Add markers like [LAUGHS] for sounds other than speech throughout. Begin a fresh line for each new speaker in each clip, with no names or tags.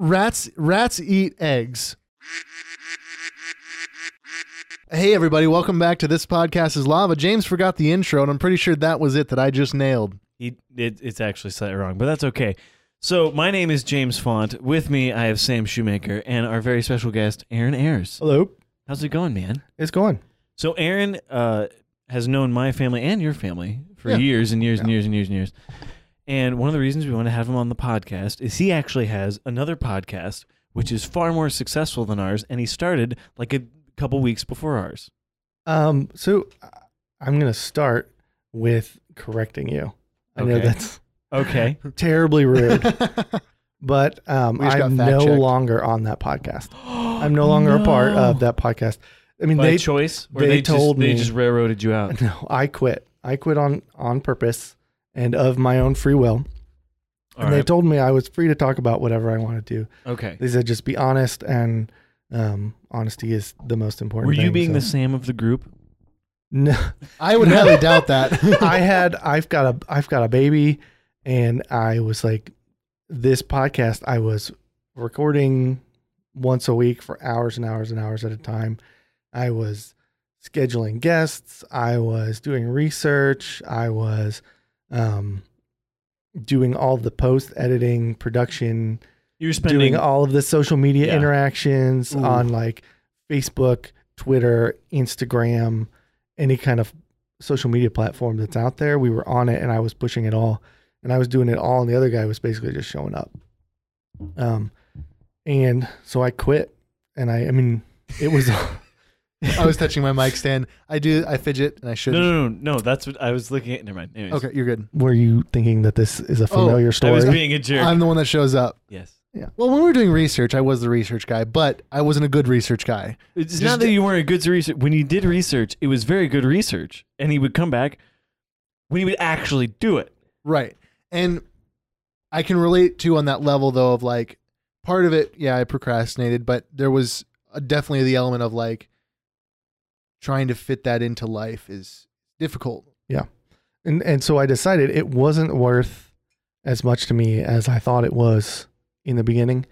Rats rats eat eggs. Hey everybody, welcome back to this podcast is lava. James forgot the intro, and I'm pretty sure that was it that I just nailed.
He, it, it's actually slightly wrong, but that's okay. So my name is James Font. With me, I have Sam Shoemaker and our very special guest, Aaron Ayers.
Hello.
How's it going, man?
[LAUGHS]
It's going.
So Aaron uh, has known my family and your family for
Yeah.
years and years and years and years and years. And one of the reasons we want to have him on the podcast is he actually has another podcast which is far more successful than ours, and he started like a couple weeks before ours.
Um, so uh, I'm gonna start with correcting you. I know
Okay.
that's
Okay. [LAUGHS]
terribly rude, but um,
We just got
I'm no
fact-checked.
longer on that podcast. [LAUGHS] I'm no longer a
[GASPS]
part of that podcast. I mean,
Oh, By
they
choice, or
they
they just-
told
they
me-
just railroaded you out.
[LAUGHS] no, I quit. I quit on on purpose and of my own free will.
All
and they
right.
told me I was free to talk about whatever I wanted to.
okay.
They said just be honest, and um, honesty is the most important.
Were you
thing,
being
so-
the Sam of the group?
[LAUGHS] No,
I would highly
[LAUGHS]
doubt that.
I had I've got a I've got a baby and I was like this podcast I was recording once a week for hours and hours and hours at a time. I was scheduling guests, I was doing research, I was um doing all the post editing, production,
You were spending
doing all of the social media
Yeah.
interactions
Ooh.
on like Facebook, Twitter, Instagram, any kind of social media platform that's out there. We were on it and I was pushing it all and I was doing it all and the other guy was basically just showing up. Um and so I quit and I I mean it was [LAUGHS]
I was touching my mic stand. I do I fidget and I should
No,
not
no, no, no. That's what I was looking at. Never mind. Anyways,
Okay, you're good.
were you thinking that this is a familiar
I
story?
was being a jerk.
I'm the one that shows up.
yes.
Well, when we were doing research, I was the research guy, but I wasn't a good research guy.
It's
Just-
not that you weren't a good research. When you did research, it was very good research, and he would come back when he would actually do it.
Right. And I can relate to on that level though of like part of it, yeah, I procrastinated, but there was a, definitely the element of like trying to fit that into life is difficult.
and and so I decided it wasn't worth as much to me as I thought it was in the beginning,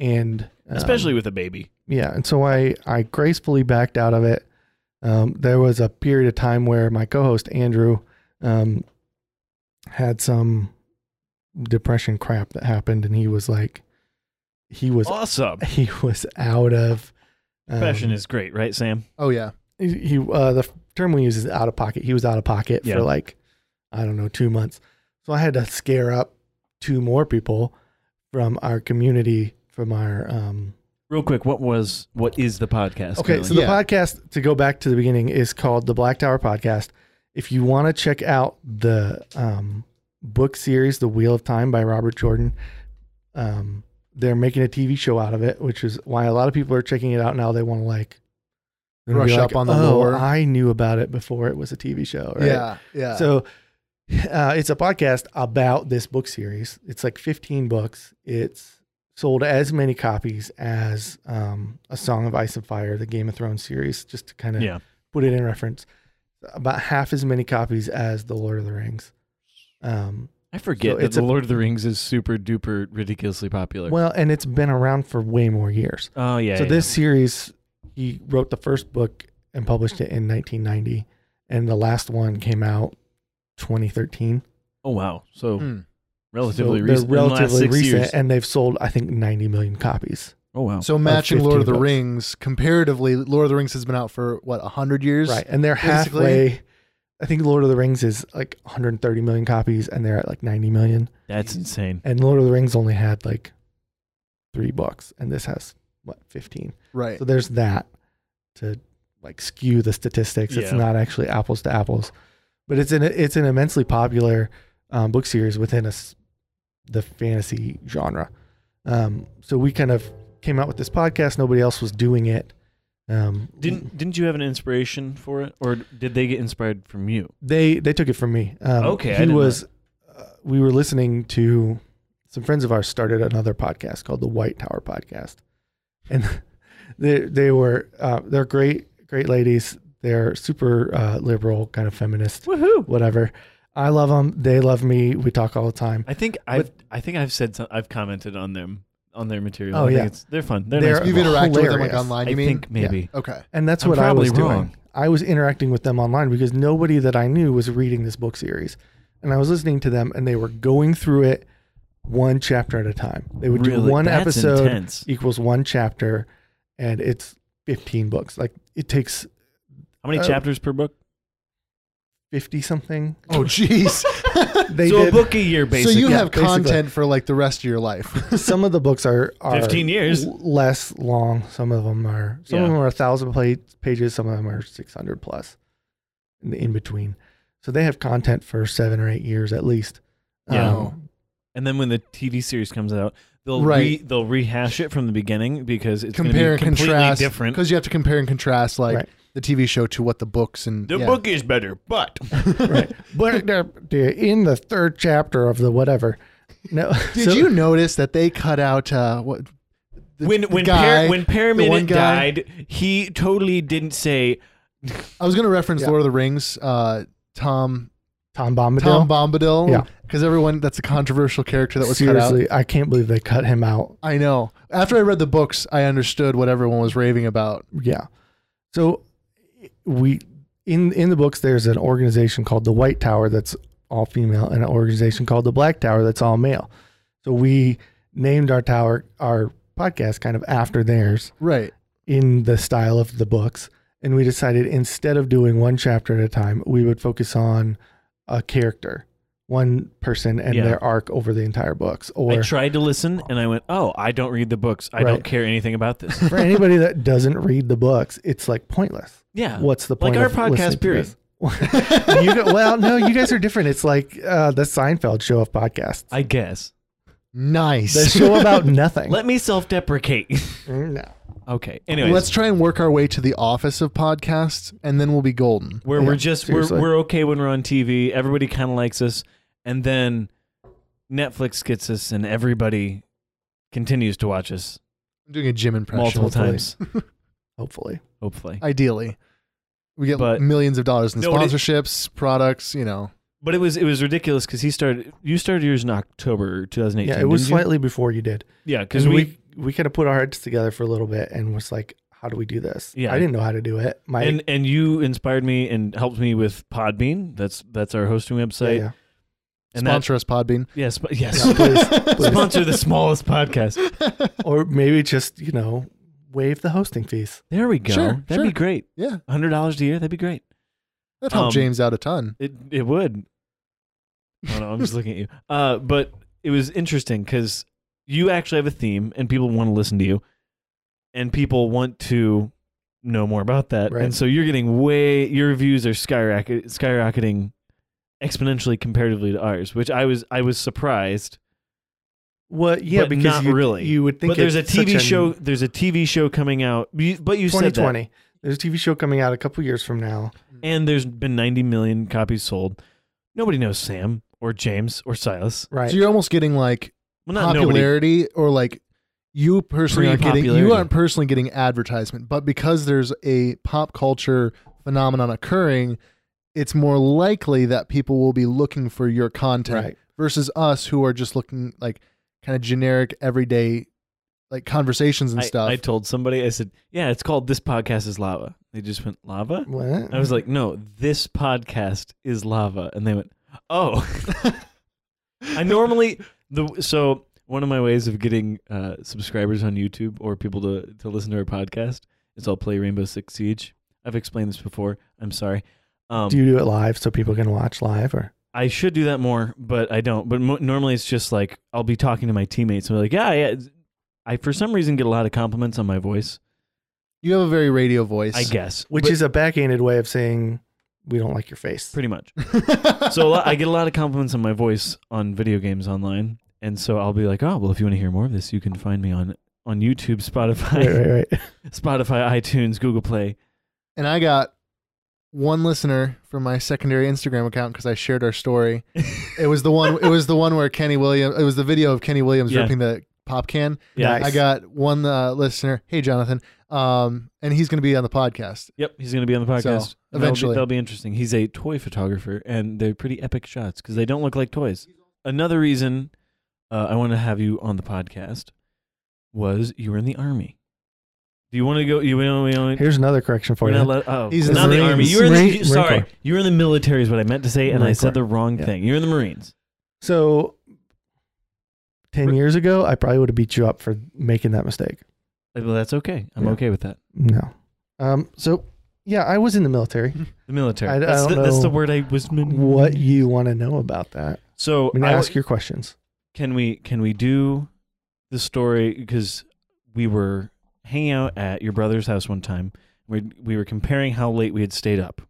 and um,
Especially with a baby.
yeah. And so I I gracefully backed out of it. Um, there was a period of time where my co-host Andrew um, had some depression crap that happened, and he was like, he was
Awesome.
[LAUGHS] he was out of um,
Passion is great, right, Sam?
Oh yeah.
he he- uh, the f- term we use is out of pocket. He was out of pocket
Yeah.
for like I don't know two months. So I had to scare up two more people from our community from our um
Real quick, what was what is the podcast?
okay
currently?
so the
Yeah.
podcast to go back to the beginning is called the black tower podcast if you want to check out the um book series the wheel of time by robert jordan um they're making a tv show out of it which is why a lot of people are checking it out now they want to like they're gonna be
Brush up
like,
on the
oh,
lore."
i knew about it before it was a tv show right?
Yeah. Yeah.
So uh, it's a podcast about this book series. It's like 15 books. It's sold as many copies as um, A Song of Ice and Fire, the Game of Thrones series, just to kind of
yeah,
put it in reference. About half as many copies as The Lord of the Rings. Um,
I forget
so
that
it's
the
a-
Lord of the Rings is super duper ridiculously popular.
well, and it's been around for way more years.
oh yeah.
so
yeah.
this series, he wrote the first book and published it in 1990, and the last one came out 2013.
Oh wow. So
Hmm.
um,
relatively
so
recent.
They're relatively
in the last six
recent,
Years.
and they've sold I think 90 million copies.
oh wow.
So matching Lord of
15
the
books.
Rings comparatively, Lord of the Rings has been out for what hundred years,
Right, and they're
basically-
halfway. I think Lord of the Rings is like 130 million copies, and they're at like 90 million.
That's insane.
And Lord of the Rings only had like three books, and this has what 15.
Right.
So there's that to like skew the statistics. It's
Yeah.
not actually apples to apples, but it's an it's an immensely popular um, book series within us the fantasy genre. Um, so we kind of came out with this podcast. Nobody else was doing it. Um,
Didn't didn't you have an inspiration for it, or did they get inspired from you?
they they took it from me. Um,
Okay, I
he
didn't
was. Uh, we were listening to some friends of ours started another podcast called the White Tower Podcast, and [LAUGHS] they they were uh, they're great great ladies. They're super uh, liberal, kind of feminist,
Woohoo!
whatever. I love them. They love me. We talk all the time.
I think I've I think I've said some, I've commented on them on their material.
Oh,
I think
yeah.
it's, they're fun. They're,
They're-
nice
You've
people.
interacted with them like
Hilarious.
online. You
I
mean?
think maybe.
Okay.
And that's
I'm
what I
probably
was
wrong.
doing. I was interacting with them online because nobody that I knew was reading this book series. And I was listening to them and they were going through it one chapter at a time. They would
Really?
do one
That's
episode
Intense.
equals one chapter and it's 15 books. Like it takes
How many
uh,
chapters per book?
50
[LAUGHS]
something.
Oh,
[LAUGHS]
jeez.
They
so a
did-
book a year,
so
basically.
you
yeah,
have
basically.
content for like the rest of your life.
[LAUGHS] some of the books are, are
15 years.
l- less long. Some of them are some of
Yeah.
them are a thousand pla- pages. Some of them are six hundred plus in the in between. So they have content for seven or eight years at least.
Yeah.
Um,
and then when the TV series comes out, they'll
Right.
re, they'll rehash it from the beginning because it's going to
compare
be
and
completely
contrast
different.
because you have to compare and contrast like
Right.
the TV show to what the books and yeah.
is better,
[LAUGHS]
but
right. But they're, they're in the third chapter of the whatever. No.
Did
so-
you notice that they cut out uh, what the,
when
the
when
guy-
per, when
one
Pyramid
guy-
died, he totally didn't say
I was going to reference
Yeah.
Lord of the Rings, uh, Tom
Tom Bombadil?
Tom Bombadil,
Yeah.
because everyone that's a controversial character that was cut out.
Seriously, I can't believe they cut him out.
I know. After I read the books, I understood what everyone was raving about.
Yeah. So we in in the books there's an organization called the White Tower that's all female and an organization called the Black Tower that's all male. So we named our tower our podcast kind of after theirs
Right.
in the style of the books and we decided instead of doing one chapter at a time we would focus on a character one person and
Yeah.
their arc over the entire books
I
or
tried to listen and I went, "Oh, I don't read the books. I don't
Right.
care anything about this."
[LAUGHS] for anybody that doesn't read the books it's like pointless
Yeah.
what's the
Like
point
our
of listening
podcast,
to
period.
this? [LAUGHS] you go, well, no, you guys are different. It's like uh, the Seinfeld show of podcasts.
I guess.
Nice.
the show about nothing.
Let me self-deprecate. [LAUGHS]
Mm, no.
okay. Anyways,
Let's try and work our way to the office of podcasts, and then we'll be golden.
where we're
Yeah,
just
seriously.
we're we're okay when we're on TV. Everybody kind of likes us, and then Netflix gets us, and everybody continues to watch us
I'm doing a gym impression.
multiple
hopefully.
times.
Hopefully.
Hopefully,
Ideally, we get
But-
millions of dollars in
No, it-
sponsorships, products. You know,
but it was it was ridiculous because he started. You started yours in October 2018.
Yeah, it was
didn't you?
slightly before you did.
Yeah, because
And
we,
we, we kind of put our heads together for a little bit and was like, how do we do this?
Yeah.
I didn't know how to do it. My
and and you inspired me and helped me with Podbean. That's that's our hosting
yeah,
website.
yeah.
And that-
sponsor us,
[LAUGHS]
Podbean.
yes, but yes.
Yeah, please,
[LAUGHS]
please.
Sponsor the smallest podcast.
or maybe just you know waive the hosting fees.
There we go.
Sure,
That'd
sure.
be great.
[LAUGHS] Yeah,
Hundred dollars a year. That'd be great.
that helped
Um,
James out a ton.
It it would. I don't know. I'm just looking at [LAUGHS] you. Uh, but it was interesting because you actually have a theme, and people want to listen to you, and people want to know more about that.
Right.
And so you're getting way your views are skyrocket skyrocketing exponentially comparatively to ours, which I was I was surprised.
Well, yeah,
But
because
not
you,
really.
you would think
But there's a
it's such
TV show. There's a TV show coming out. You- But you said that,
2020. There's a TV show coming out a couple years from now.
and there's been 90 million copies sold. Nobody knows Sam or James or Silas.
[LAUGHS]
Right.
So you're almost getting like
Well, not nobody.
popularity or like you personally aren't getting you
Pre-popularity.
aren't personally getting advertisement, but because there's a pop culture phenomenon occurring, it's more likely that people will be looking for your content
right.
versus us who are just looking like kind of generic everyday like conversations and
I,
stuff.
I told somebody, I said, "Yeah, it's called this podcast is lava." They just went lava.
What?
I was like, "No, this podcast is lava," and they went, "Oh." [LAUGHS] I normally the so one of my ways of getting uh, subscribers on YouTube or people to to listen to our podcast is I'll play Rainbow Six Siege. I've explained this before. I'm sorry. Um,
Do you do it live so people can watch live or
I should do that more, but I don't. But mo- normally it's just like I'll be talking to my teammates and be like, "Yeah, yeah." I for some reason get a lot of compliments on my voice.
you have a very radio voice.
I guess,
which
But-
is a backhanded way of saying we don't like your face.
pretty much.
[LAUGHS] guess.
So a lot- I get a lot of compliments on my voice on video games online, and so I'll be like, "Oh, well, if you want to hear more of this, you can find me on on YouTube, Spotify,
[LAUGHS] Right, right, right.
Spotify, iTunes, Google Play."
and I got one listener from my secondary Instagram account because I shared our story. it was the one. It was the one where Kenny Williams. It was the video of Kenny Williams
Yeah.
ripping the pop can.
[LAUGHS] Yeah,
Nice.
I got one uh, listener. Hey, Jonathan. Um, and he's going to be on the podcast.
yep, he's gonna be on the podcast
So,
That'll be-
eventually.
That'll be, interesting. He's a toy photographer, and they're pretty epic shots because they don't look like toys. Another reason uh, I want to have you on the podcast was you were in the army. Do you want to go? You want to?
Here's another correction for
We're
you.
not let, oh,
He's in
not
the
the
Marines.
army. You were in the,
Marine-
you-
Marine
sorry.
Corps.
You were in the military is what I meant to say, and I
Marine
said
Corps.
the wrong
Yeah.
thing. You're in the Marines.
so, ten years ago, I probably would have beat you up for making that mistake.
Like, Well, that's okay. I'm
Yeah.
okay with that.
No. Um. So, yeah, I was in the military.
The military.
I- I
that's,
don't
the, that's the
know
word I was.
what you want to know about that?
So
I mean,
I-
ask your questions.
can we can we do the story because we were hanging out at your brother's house one time we we were comparing how late we had stayed up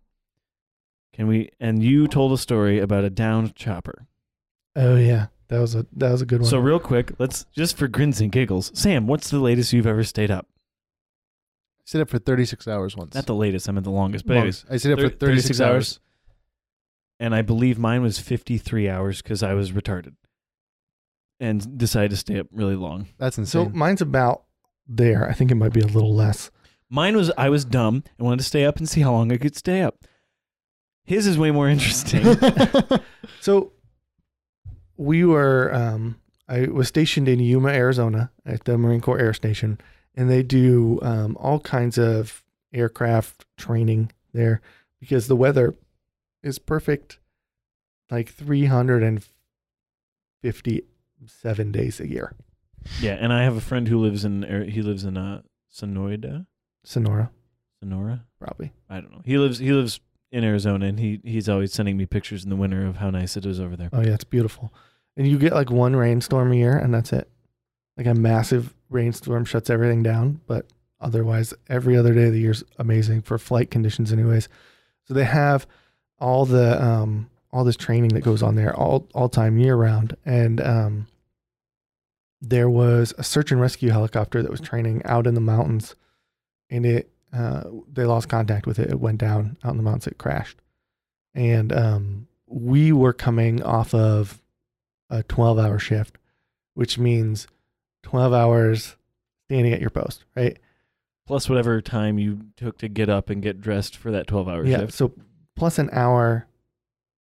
can we and you told a story about a downed chopper
Oh yeah, that was a that was a good one.
so real quick let's just for grins and giggles sam what's the latest you've ever stayed up
Sit up for 36 hours once.
not the latest i meant the longest but anyways
Once. I sit up for
thir-
36, hours.
and i believe mine was 53 hours because i was retarded and decided to stay up really long
That's
so
insane.
[LAUGHS]
mine's about there. I think it might be a little less.
Mine was I was dumb and wanted to stay up and see how long I could stay up. His is way
[LAUGHS]
more interesting. [LAUGHS]
So we were um I was stationed in Yuma, Arizona at the Marine Corps Air Station and they do um all kinds of aircraft training there because the weather is perfect like 357 days a year.
yeah, and I have a friend who lives in er, he lives in uh Sonoida,
Sonora
Sonora.
probably.
I don't know. He lives he lives in Arizona and he he's always sending me pictures in the winter of how nice it is over there.
Uh.
Oh yeah, it's beautiful. And you get like one rainstorm a year and that's it. Like a massive rainstorm shuts everything down, but otherwise every other day of the year's amazing for flight conditions anyways. So they have all the um all this training that goes on there all all time year round and um there was a search and rescue helicopter that was training out in the mountains and it uh they lost contact with it. It went down out in the mountains, it crashed. And um we were coming off of a 12 hour shift, which means 12 hours standing at your post, right?
Plus whatever time you took to get up and get dressed for that 12-hour
yeah.
shift.
So plus an hour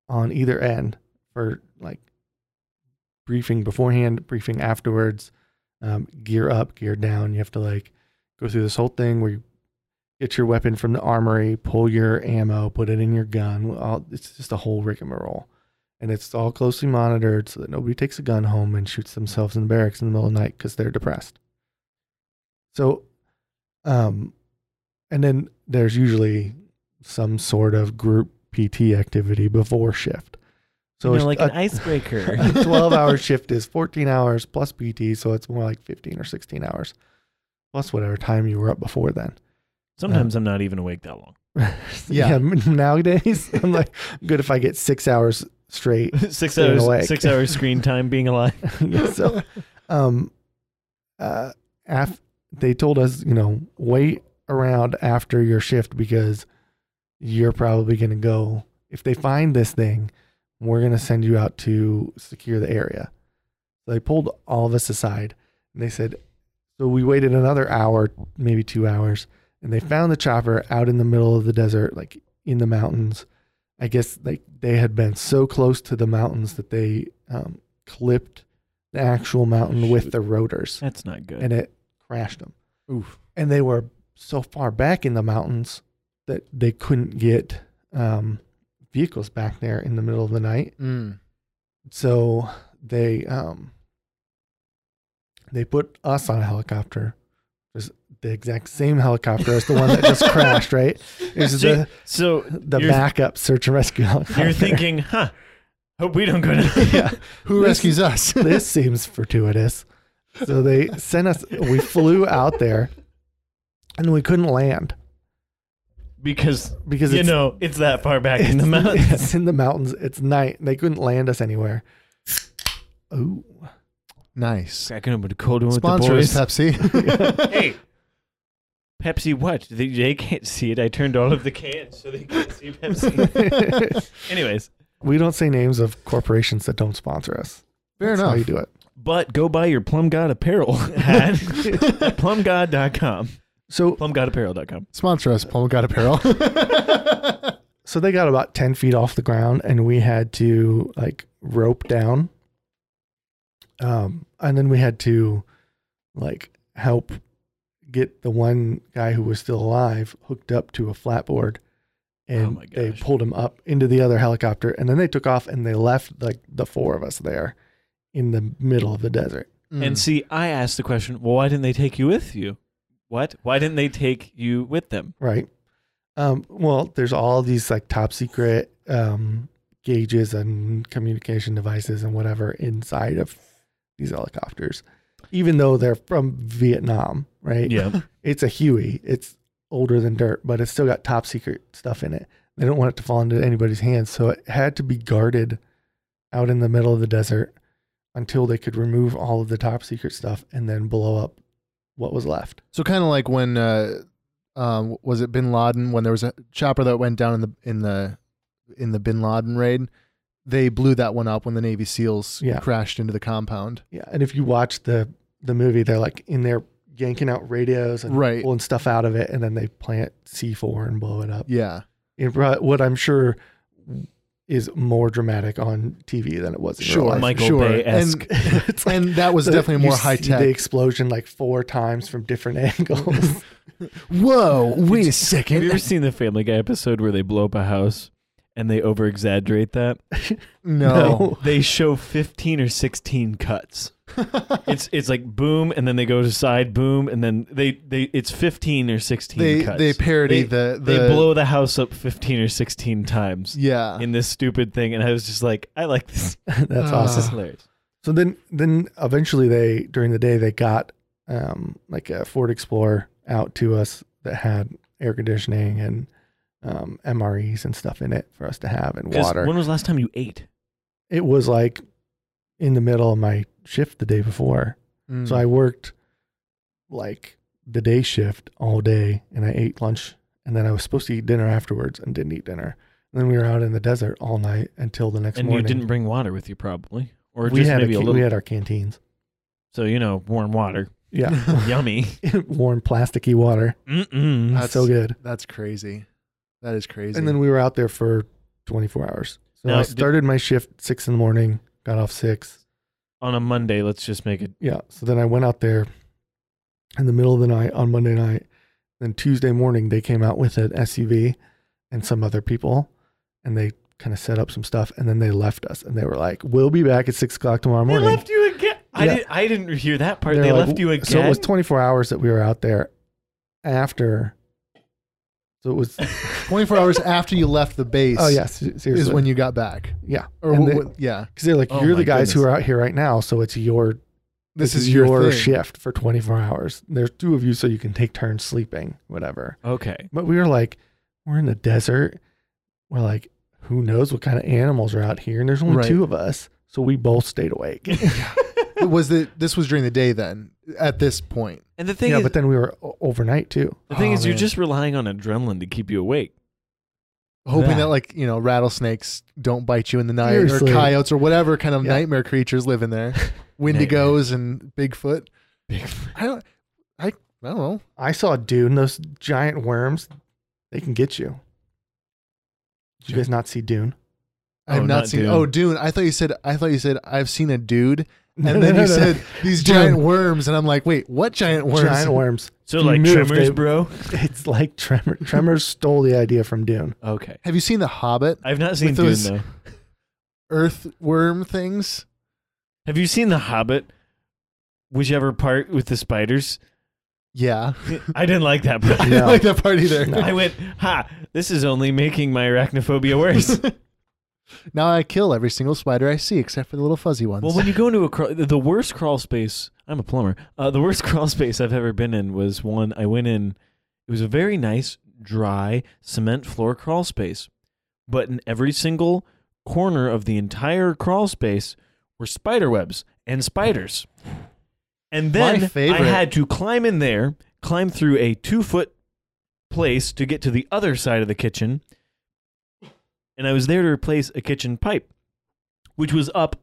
on either end for like briefing beforehand, briefing afterwards, um, gear up, gear down. You have to like go through this whole thing where you get your weapon from the armory, pull your ammo, put it in your gun. All, it's just a whole rigmarole. And it's all closely monitored so that nobody takes a gun home and shoots themselves in the barracks in the middle of the night because they're depressed. So, um, and then there's usually some sort of group PT activity before shift.
So you know, like
it's a-
an [LAUGHS] icebreaker.
[LAUGHS] a 12 hour shift is 14 hours plus PT, so it's more like 15 or 16 hours plus whatever time you were up before then.
Sometimes I'm not even awake that [LAUGHS] long.
Yeah.
[LAUGHS] nowadays, I'm like, good if I get six hours straight. [LAUGHS]
6
Staying
hours
awake.
6 [LAUGHS] hours screen time being alive.
so, um, uh, af- they told us, you know, wait around after your shift because you're probably going to go. If they find this thing, we're going to send you out to secure the area. So they pulled all of us aside and they said, so we waited another hour, maybe two hours, and they found the chopper out in the middle of the desert, like in the mountains. I guess like they had been so close to the mountains that they um, clipped the actual mountain with
Shoot.
the
[LAUGHS]
rotors
That's not good.
and it crashed them.
Oof.
And they were so far back in the mountains that they couldn't get um, vehicles back there in the middle of the night.
Mm.
So they um, they put us on a helicopter, just the exact same helicopter as the one
[LAUGHS]
that just
[LAUGHS]
crashed. Right? It was
So-
the
so
the
you're-
backup search and rescue
[LAUGHS]
helicopter.
You're thinking, huh? Hope we don't go down.
[LAUGHS] yeah,
Who
This-
rescues us?
this seems fortuitous. So they sent us. We flew out there, and we couldn't land
[LAUGHS] because
because
you
it's
know it's that far back [LAUGHS] in the
It's- [LAUGHS]
mountains.
It's in the mountains. It's night. They couldn't land us anywhere. Oh,
nice.
Cracking up with a cold one
Sponsor
with
is
the
[LAUGHS] Pepsi.
boys. [LAUGHS] hey, Pepsi, what? They, they can't see it. I turned all of the cans so they can't see Pepsi. [LAUGHS] Anyways,
[LAUGHS] we don't say names of corporations that don't sponsor us.
Fair
That's how
enough.
you do it.
but go buy your Plum God apparel [LAUGHS] at plumgod.com.
So,
[LAUGHS] Plumgodapparel.com.
Sponsor us, Paul Got [LAUGHS] Apparel.
so they got about ten feet off the ground, and we had to like rope down. Um, and then we had to like help get the one guy who was still alive hooked up to a flatboard. And
Oh my
they
gosh.
pulled him up into the other helicopter, and then they took off and they left like the four of us there in the middle of the desert.
Mm.
And see, I asked the question, well, why didn't they take you with you? What? Why didn't they take you with them?
Right. Um, well, there's all these like top secret um, gauges and communication devices and whatever inside of these helicopters, even though they're from Vietnam, right?
Yeah.
It's a Huey. It's older than dirt, but it's still got top secret stuff in it. They don't want it to fall into anybody's hands. So it had to be guarded out in the middle of the desert until they could remove all of the top secret stuff and then blow up what was left.
So kind of like when uh, um, was it Bin Laden when there was a chopper that went down in the in the in the Bin Laden raid, they blew that one up when the Navy SEALs
Yeah.
crashed into the compound.
Yeah, and if you watch the the movie, they're like in there yanking out radios and
Right.
pulling stuff out of it, and then they plant C four and blow it up.
Yeah.
It brought, what I'm sure is more dramatic on TV than it was in real
Sure,
life.
Michael
sure.
Bay-esque.
[LAUGHS] it's
[LAUGHS]
like
And that was
the-
definitely
you
more high
see The
tech.
explosion like four times from different
[LAUGHS]
[LAUGHS] angles.
Whoa! Wait a
[LAUGHS] Have you
second.
ever seen the Family Guy episode where they blow up a house and they over exaggerate that?
No.
[LAUGHS] They show 15 or 16 cuts.
[LAUGHS]
it's it's like boom and then they go to side boom and then they, they it's 15 or 16
They
cuts.
they parody the the
they blow the house up 15 or 16 times
yeah
in this stupid thing and I was just like I like this.
That's
Uh,
This
awesome.
is hilarious.
So then, then eventually they during the day they got um, like a Ford Explorer out to us that had air conditioning and um, MREs and stuff in it for us to have and
'Cause
water.
When was the last time you ate?
it was like in the middle of my shift the day before,
Hmm.
Mm.
so I worked like the day shift all day and I ate lunch and then I was supposed to eat dinner afterwards and didn't eat dinner. And then we were out in the desert all night until the next
and
morning.
you didn't bring water with you probably or
we
just
had a
maybe a,
can-
little
we had our canteens.
so you know warm water.
Yeah,
[LAUGHS] Yummy.
[LAUGHS] warm plasticky water.
Mm-mm.
That's-
so good.
That's crazy. That is crazy.
And
[LAUGHS]
then we were out there for 24 hours. So
Now,
I
did-
started my shift six in the morning, got off six.
on a Monday, let's just make it.
Yeah. So then I went out there in the middle of the night on Monday night. Then Tuesday morning, they came out with an SUV and some other people, and they kind of set up some stuff. And then they left us, and they were like, "We'll be back at six o'clock tomorrow morning."
you again. I,
Yeah.
didn't, I didn't hear that part.
They're
they
like,
left you again.
So it was 24 hours that we were out there after. So
[LAUGHS]
it was.
24 hours after you left the base
oh yeah, se- seriously.
is when you got back.
yeah,
Or
And
wh-
they-
wh- yeah,
Because they're like,
Oh
you're
my
the guys who
goodness.
are out here right now, so it's your
this
it's
is your, thing.
shift for 24 hours. There's two of you, so you can take turns sleeping, whatever.
okay.
But we were like, we're in the desert. We're like, who knows what kind of animals are out here? And there's only
Right.
two of us, so we both stayed awake.
was that this was during the day then? At this point,
And the thing
[LAUGHS] yeah,
is,
but then we were o- overnight too.
the thing
Oh,
is, you're
man.
just relying on adrenaline to keep you awake.
hoping
Yeah.
that like you know rattlesnakes don't bite you in the night
Seriously.
or coyotes or whatever kind of
Yeah.
nightmare creatures live in
[LAUGHS]
there wendigos and bigfoot i don't i, I don't know
I saw a dude and those giant worms. They can get you. Did you guys not see Dune?
i have
Oh,
not,
not
seen
Dune.
oh dune i thought you said i thought you said i've seen a dude
No,
and
[LAUGHS] no,
then
[LAUGHS]
no,
you
no.
said these
Dune.
giant worms and i'm like wait what giant worms
giant worms.
So
You
like
knew if
tremors,
they-
bro.
[LAUGHS] It's like Tremor. Tremors stole the idea from Dune.
Okay.
have you seen the hobbit
I've not seen Dune
those-
though.
earthworm things
Have you seen The Hobbit? Whichever part with the spiders.
yeah
[LAUGHS] I didn't like that
[LAUGHS]
part.
i
No.
didn't like that part either
No.
[LAUGHS] I went, ha! This is only making my arachnophobia worse.
[LAUGHS] now i kill every single spider i see except for the little fuzzy ones
Well, when you go into a crawl, the worst crawl space. I'm a plumber. Uh, the worst [LAUGHS] crawl space I've ever been in was one I went in. It was a very nice, dry cement floor crawl space, but in every single corner of the entire crawl space were spider webs and spiders. And
My
then I
favorite.
had to climb in there, climb through a two foot place to get to the other side of the kitchen. And I was there to replace a kitchen pipe, which was up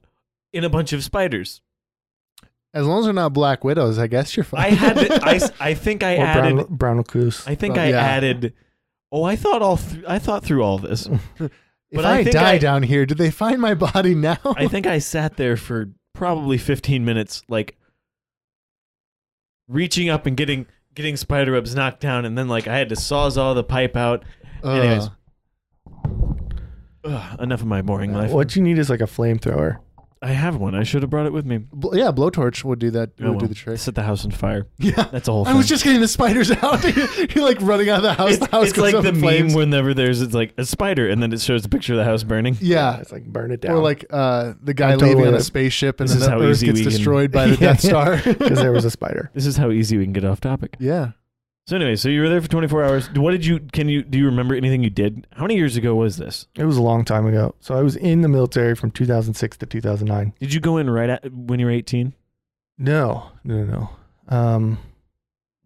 in a bunch of spiders.
as long as they're not black widows i guess you're fine
I had to, I,
[LAUGHS]
s- I think I
or
added
brown, brown recluse.
I think
Well,
I
yeah.
added Oh, I thought all th- I thought through all this.
If
But I
I,
think
die
I-
down here, did they find my body now?
I think I sat there for probably 15 minutes like reaching up and getting getting spider webs knocked down, and then like I had to sawzall the pipe out.
[LAUGHS] Uh,
Anyways. Ugh, enough of my boring
Uh,
life.
What you need is like a flamethrower.
I have one. I should have brought it with me.
bl- yeah, blowtorch would do that.
Oh,
would do
well.
the trick. [LAUGHS]
Set the house on fire.
Yeah,
That's a whole
I was
thing.
just getting the spiders [LAUGHS] out. You're like running out of the house.
It's,
the house
it's
goes
like
up
the
in
meme
flames.
whenever there's it's like a spider and then it shows a picture of the house burning.
yeah,
It's like burn it down.
or
[LAUGHS]
like [LAUGHS] uh, the guy
I'm totally
leaving on a
with-
spaceship and
This
then
is
the
how
Earth
easy
gets
we can-
destroyed
[LAUGHS]
by the
Yeah.
Death Star.
because there was a spider.
This is how easy we can get off topic.
[LAUGHS] yeah,
So anyway, so you were there for 24 hours. What did you can you do you remember anything you did? How many years ago was this?
It was a long time ago. So I was in the military from 2006 to 2009.
Did you go in right at when you were 18?
No, no, no, no. Um,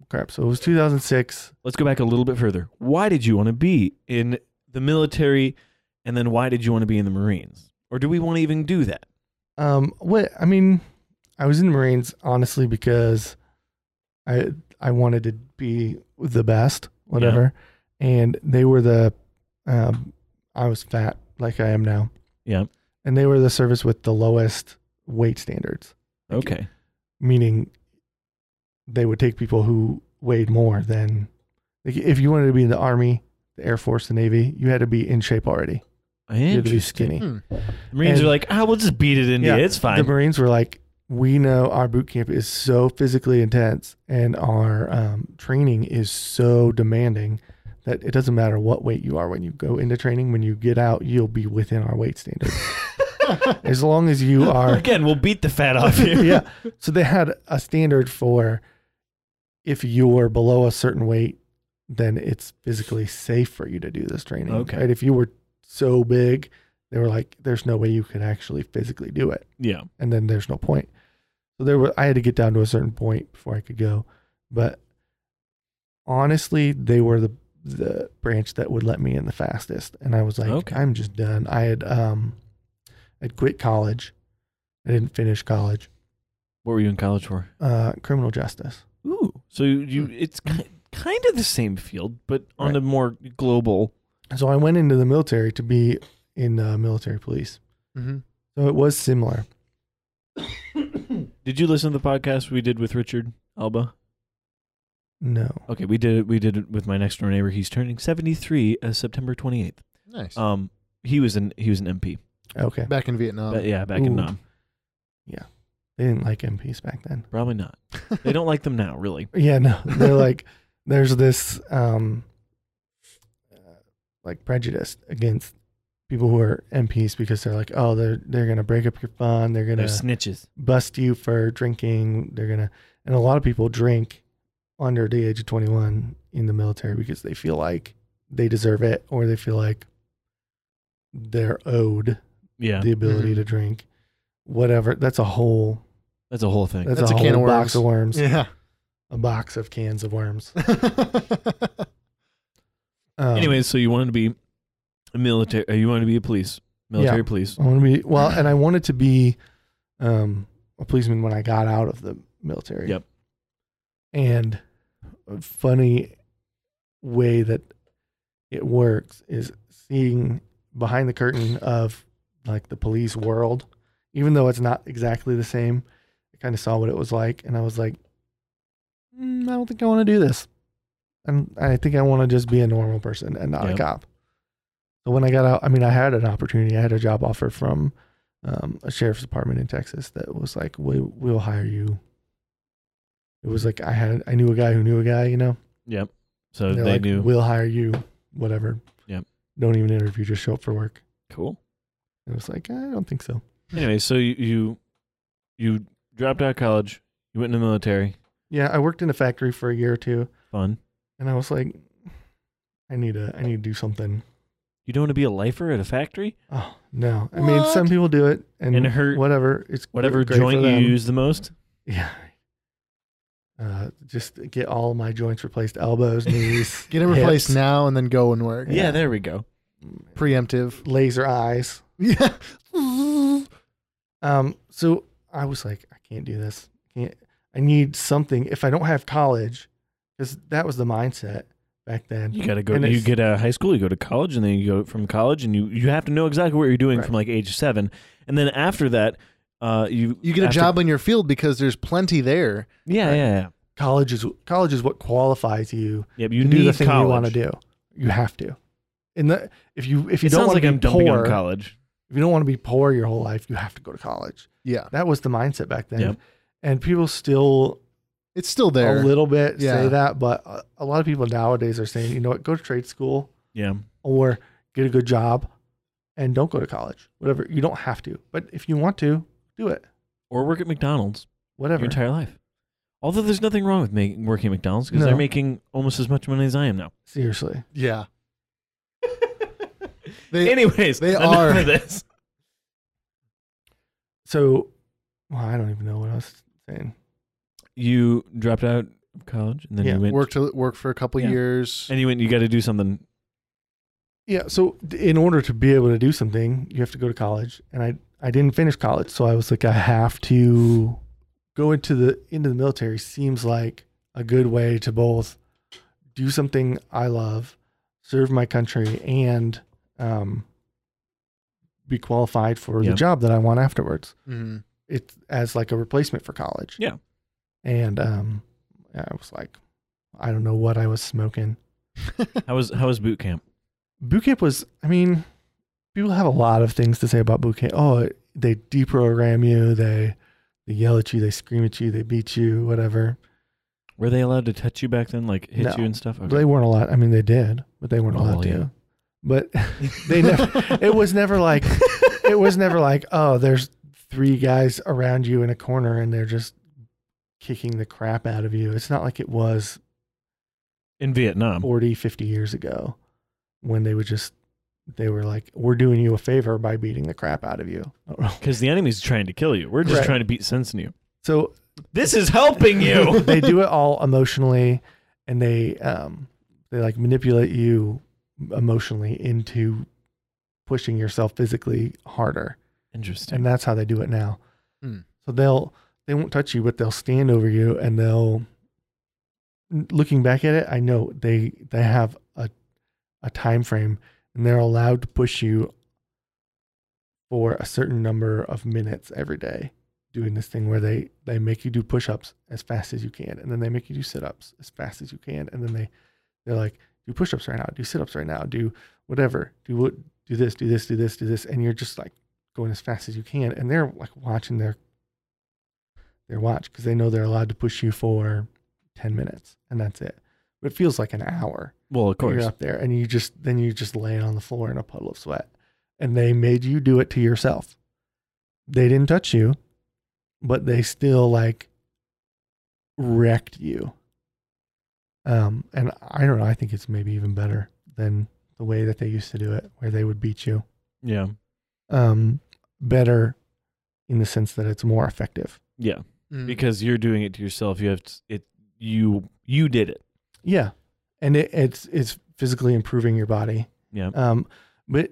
crap. So it was 2006.
Let's go back a little bit further. Why did you want to be in the military and then why did you want to be in the Marines? Or do we want to even do that?
Um, what I mean, I was in the Marines honestly because I I wanted to be the best, whatever. And they were the, um, I was fat like I am now.
Yeah.
And they were the service with the lowest weight standards,
Okay.
meaning they would take people who weighed more than, like, if you wanted to be in the Army, the Air Force, the Navy, you had to be in shape already. You had to be
Interesting.
skinny.
Hmm.
The Marines
And-
are like, "Ah, we'll just beat it into
Yeah,
you. It's
the
fine."
Marines were like, we know our boot camp is so physically intense and our um, training is so demanding that it doesn't matter what weight you are when you go into training. When you get out, you'll be within our weight standard as long as you
[LAUGHS]
are.
Again, we'll beat the fat off you.
[LAUGHS] yeah. So they had a standard for if you're below a certain weight, then it's physically safe for you to do this training.
Okay.
Right? If you were so big, they were like, there's no way you could actually physically do it
yeah.
and then there's no point. So there were I had to get down to a certain point before I could go. But honestly, they were the the branch that would let me in the fastest. And I was like,
Okay.
I'm just done. I had um I'd quit college. I didn't finish college.
What were you in college for?
Uh criminal justice.
Ooh. So you it's ki- kind of the same field but on
Right.
a more global.
So I went into the military to be in the military police.
hmm
So it was similar.
Did you listen to the podcast we did with Richard Alba?
No.
Okay, we did it. We did it with my next door neighbor. He's turning seventy three, uh, September twenty eighth.
nice.
Um, he was an he was an MP.
Okay.
Back in Vietnam.
But yeah, back
Um, Ooh.
in Nam.
They didn't like MPs back then.
Probably not.
[LAUGHS]
They don't like them now, really.
Yeah, no, [LAUGHS] they're like there's this um uh, like prejudice against people who are MPs because they're like, oh, they're they're gonna break up your fun, they're
They're
gonna
snitches.
bust you for drinking, they're gonna, and a lot of people drink under the age of 21 in the military because they feel like they deserve it or they feel like they're owed
Yeah,
the ability
Mhm.
to drink, whatever. That's a whole
that's a whole thing.
that's, a, whole box of worms, [LAUGHS]
Yeah.
a box of cans of worms. Um,
Anyways, so you wanted to be a military? Uh, you wanted to be a police, military police.
I want to be well, and I wanted to be um, a policeman when I got out of the military.
Yep.
And a funny way that it works is seeing behind the curtain of like the police world, even though it's not exactly the same. I kind of saw what it was like, and I was like, "Mm, I don't think I want to do this. And I think I want to just be a normal person and not
Yep.
a cop. So when I got out, I mean, I had an opportunity. I had a job offer from um, a sheriff's department in Texas that was like, we, we'll hire you. It was like I had I knew a guy who knew a guy, you know.
Yep. So
And
they
they're like,
knew.
We'll hire you, whatever.
Yep.
Don't even interview, just show up for work.
Cool.
And it was like, I don't think so.
Anyway, so you, you you dropped out of college. You went in the military.
Yeah, I worked in a factory for a year or two,
Fun.
and I was like, I need to, I need to do something.
You don't want to be a lifer at a factory?
Oh no! I mean, some
What?
people do it, and,
And hurt-
whatever. It's
Whatever
great for
joint you
them.
use the most.
Yeah. Uh, just get all my joints replaced:
[LAUGHS]
elbows, knees,
Get him replaced
hips,
now and then go and work.
Yeah, there we go.
Preemptive. [LAUGHS]
laser eyes.
Yeah. [LAUGHS]
Um, so I was like, I can't do this. Can't, I need something. If I don't have college, because that was the mindset back then.
You gotta go.
And
you
it's-
get out of high school, you go to college, and then you go from college, and you you have to know exactly what you're doing
Right.
from like age seven, and then after that, uh, you
You get a
have to-
job in your field because there's plenty there.
yeah, yeah, yeah.
college is college is what qualifies you
Yeah, but you
to
need
do the thing
college.
you want to do. You have to. And the, if you if you
it
don't
sounds
want
like
to
I'm
be
dumping
poor,
on college.
if you don't want to be poor your whole life, you have to go to college.
Yeah,
That was the mindset back then.
Yep.
And people still
it's still there.
a little bit
Yeah.
say that, but a, a lot of people nowadays are saying, you know what, go to trade school
Yeah,
or get a good job and don't go to college. Whatever. You don't have to. But if you want to, do it.
or work at McDonald's
Whatever.
your entire life. Although there's nothing wrong with making, working at McDonald's because they're
No.
making almost as much money as I am now.
Seriously. [LAUGHS]
yeah. They,
Anyways,
they
enough
are.
of this.
So well, I don't even know what I was saying.
You dropped out of college and then
Yeah,
you went
worked work for a couple
Yeah.
years.
and you went. You got to do something.
Yeah, so d- in order to be able to do something, you have to go to college. And I I didn't finish college, so I was like I have to go into the into the military seems like a good way to both do something I love, serve my country and um be qualified for
Yeah.
the job that I want afterwards.
Mhm.
It's as like a replacement for college.
Yeah.
And um I was like I don't know what I was smoking.
Mm-hmm.
How was how was boot camp?
boot camp was i mean people have a lot of things to say about boot camp oh they deprogram you they they yell at you they scream at you they beat you whatever
Were they allowed to touch you back then, like hit
No.
you and stuff?
they weren't allowed i mean they did but they weren't
Oh,
allowed
well,
to
yeah.
but [LAUGHS] [LAUGHS] they never it was never like
[LAUGHS]
it was never like oh there's three guys around you in a corner and they're just kicking the crap out of you it's not like it was
in Vietnam.
40 50 years ago when they would just they were like we're doing you a favor by beating the crap out of you [LAUGHS]
Because the enemy's trying to kill you. We're just
Right.
trying to beat sense in you.
So
This is [LAUGHS] helping you.
[LAUGHS] they do it all emotionally, and they um they like manipulate you emotionally into pushing yourself physically harder,
Interesting.
and that's how they do it now.
Hmm.
So they'll they won't touch you, but they'll stand over you, and they'll. Looking back at it, I know they they have a a time frame, and they're allowed to push you for a certain number of minutes every day doing this thing where they they make you do push-ups as fast as you can and then they make you do sit-ups as fast as you can and then they they're like do push-ups right now do sit-ups right now do whatever do what do this do this do this do this and you're just like going as fast as you can and they're like watching their their watch because they know they're allowed to push you for 10 minutes and that's it but it feels like an hour
Well, of
you're
course.
up there and you just then you just lay on the floor in a puddle of sweat and they made you do it to yourself they didn't touch you but they still like wrecked you um and i don't know i think it's maybe even better than the way that they used to do it where they would beat you
Yeah.
um better in the sense that it's more effective
Yeah.
Mhm.
Because you're doing it to yourself. You have to, it. You you did it.
Yeah, and it, it's it's physically improving your body.
Yeah.
Um, but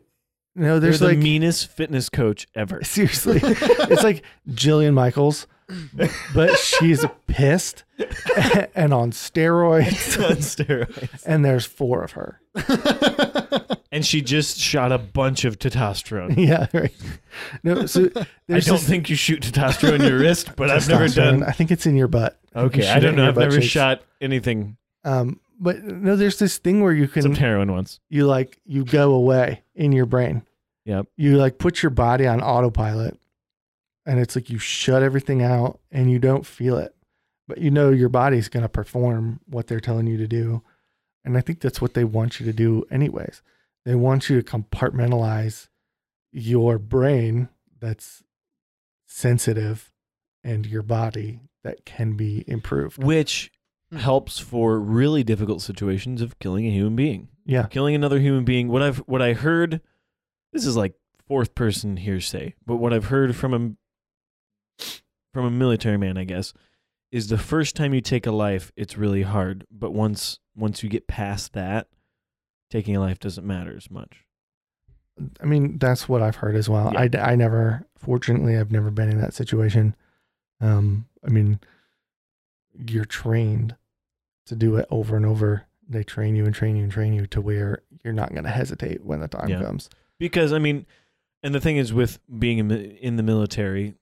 They're
no, there's
the
like
meanest fitness coach ever.
[LAUGHS] seriously, it's like Jillian Michaels, but she's pissed [LAUGHS] and on steroids,
on steroids.
and there's four of her.
[LAUGHS]
[LAUGHS]
And she just shot a bunch of testosterone.
Yeah, right. No, so
[LAUGHS] I
[LAUGHS] there's
don't
this
think you shoot testosterone in your wrist, but I've never
testosterone.
done.
I think it's in your butt. think you
Okay,
shoot
I
it
don't
in
know.
your
I've
butt
never
cheeks.
shot anything
Um, but no, there's this thing where you
except
can
heroin once.
you like you go away in your brain.
Yep.
You like put your body on autopilot and it's like you shut everything out and you don't feel it. But you know your body's going to perform what they're telling you to do. And I think that's what they want you to do anyways. They want you to compartmentalize your brain that's sensitive and your body that can be improved.
which
Hmm.
helps for really difficult situations of killing a human being,
Yeah.
killing another human being. What I've what I heard, this is like fourth person hearsay, but what I've heard from a from a military man, I guess, is the first time you take a life, it's really hard, but once once you get past that, taking a life doesn't matter as much.
I mean, that's what I've heard as well. I, I never, fortunately, I've never been in that situation. Um, I mean, you're trained to do it over and over. They train you and train you and train you to where you're not going to hesitate when the time
Yeah.
comes.
because I mean, and the thing is with being in, the- in the military,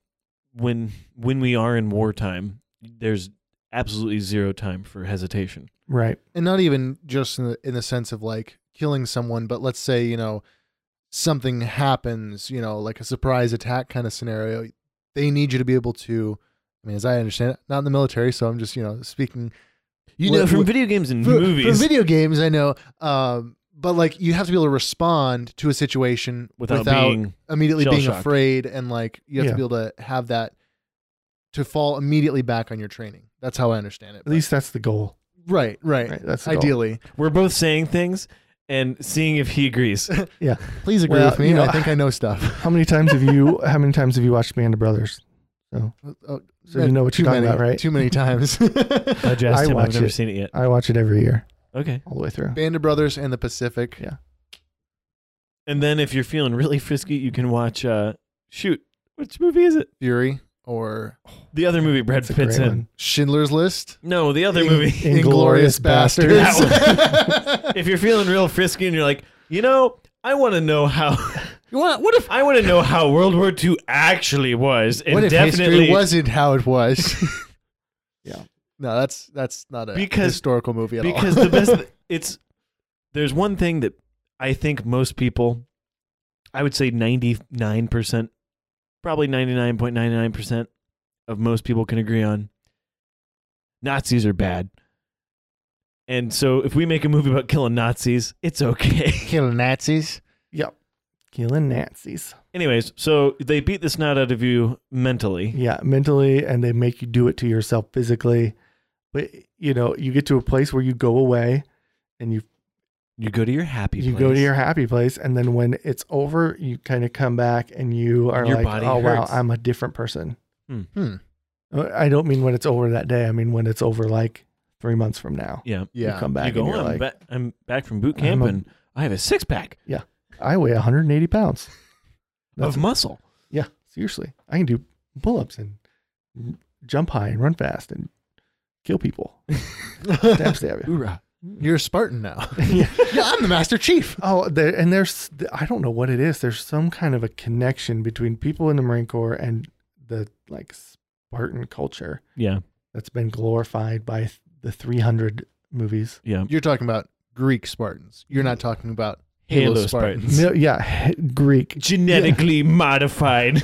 when when we are in wartime, there's absolutely zero time for hesitation.
Right.
[LAUGHS] and not even just in the, in the sense of like killing someone, but let's say, you know, something happens, you know, like a surprise attack kind of scenario, they need you to be able to, I mean, as I understand it, not in the military, so I'm just, you know, speaking
You
Well,
know, from
well,
video games and
for,
movies,
for video games, I know. Um, but like you have to be able to respond to a situation
without,
without,
being
immediately being
shell-shocked.
afraid and like you have
Yeah.
to be able to have that to fall immediately back on your training. That's how I understand it.
At least that's the goal.
But- right, right.
Right. That's the goal.
Ideally.
we're both saying things and seeing if he agrees.
Please agree
Well,
with me.
you know,
I think I know stuff.
[LAUGHS] How many times
[LAUGHS]
[LAUGHS]
have you? how many times have you watched Band of Brothers?
Oh,
So you know what
too
you're talking
many,
about, right?
Too many
[LAUGHS]
times. [LAUGHS]
Digest
I
him. I've
watch
never
it.
seen it yet.
I watch it every year,
Okay.
all the way through.
Band of Brothers and the Pacific.
Yeah.
And then if you're feeling really frisky, you can watch uh shoot, which movie is it?
Fury or
The other movie Brad
That's a
Pitt's
great
in.
one.
Schindler's List.
No, the other
In- [LAUGHS]
movie.
Inglorious
Inglourious
Bastards. [LAUGHS]
if you're feeling real frisky and you're like, "You know, I want to know how
you want, what if
I want to know how World War II actually was." And
what if
definitely
history wasn't how it was? [LAUGHS]
Yeah.
No, that's that's not a
Because-
historical movie at all.
because the best it's there's one thing that I think most people I would say 99% probably 99.99% of most people can agree on Nazis are bad. And so if we make a movie about killing Nazis, it's okay.
[LAUGHS]
[LAUGHS]
kill Nazis.
Yep. Killing Nazis.
Anyways, so they beat the snot out of you mentally.
Yeah, mentally, and they make you do it to yourself physically. But you know, you get to a place where you go away, and you
You go to your happy
you
place.
go to your happy place, and then when it's over, you kind of come back, and you are
Your
like,
body
oh wow,
hurts."
I'm a different person.
Hmm.
Uh, I don't mean when it's over that day. I mean when it's over like three months from now.
Yeah.
You
Yeah.
come back
you go,
and you're
"Oh, I'm,
like,
ba- I'm back from boot camp
I'm a-
and I have a six pack
I weigh 180
[LAUGHS]
pounds. That's
of muscle.
Yeah, seriously. I can do pull ups and jump high and run fast and
[LAUGHS]
kill people. Stab, stab you.
Hoorah.
You're a Spartan now.
Yeah.
[LAUGHS] yeah, I'm the Master Chief.
Oh, there, and there's, I don't know what it is. There's some kind of a connection between people in the Marine Corps and the like Spartan culture
Yeah.
that's been glorified by th- the 300 movies.
Yeah.
You're talking about Greek Spartans. You're not talking about
Halo
Halo,
Spartans.
Spartans.
Mil- [LAUGHS] yeah, Greek.
genetically [LAUGHS] modified.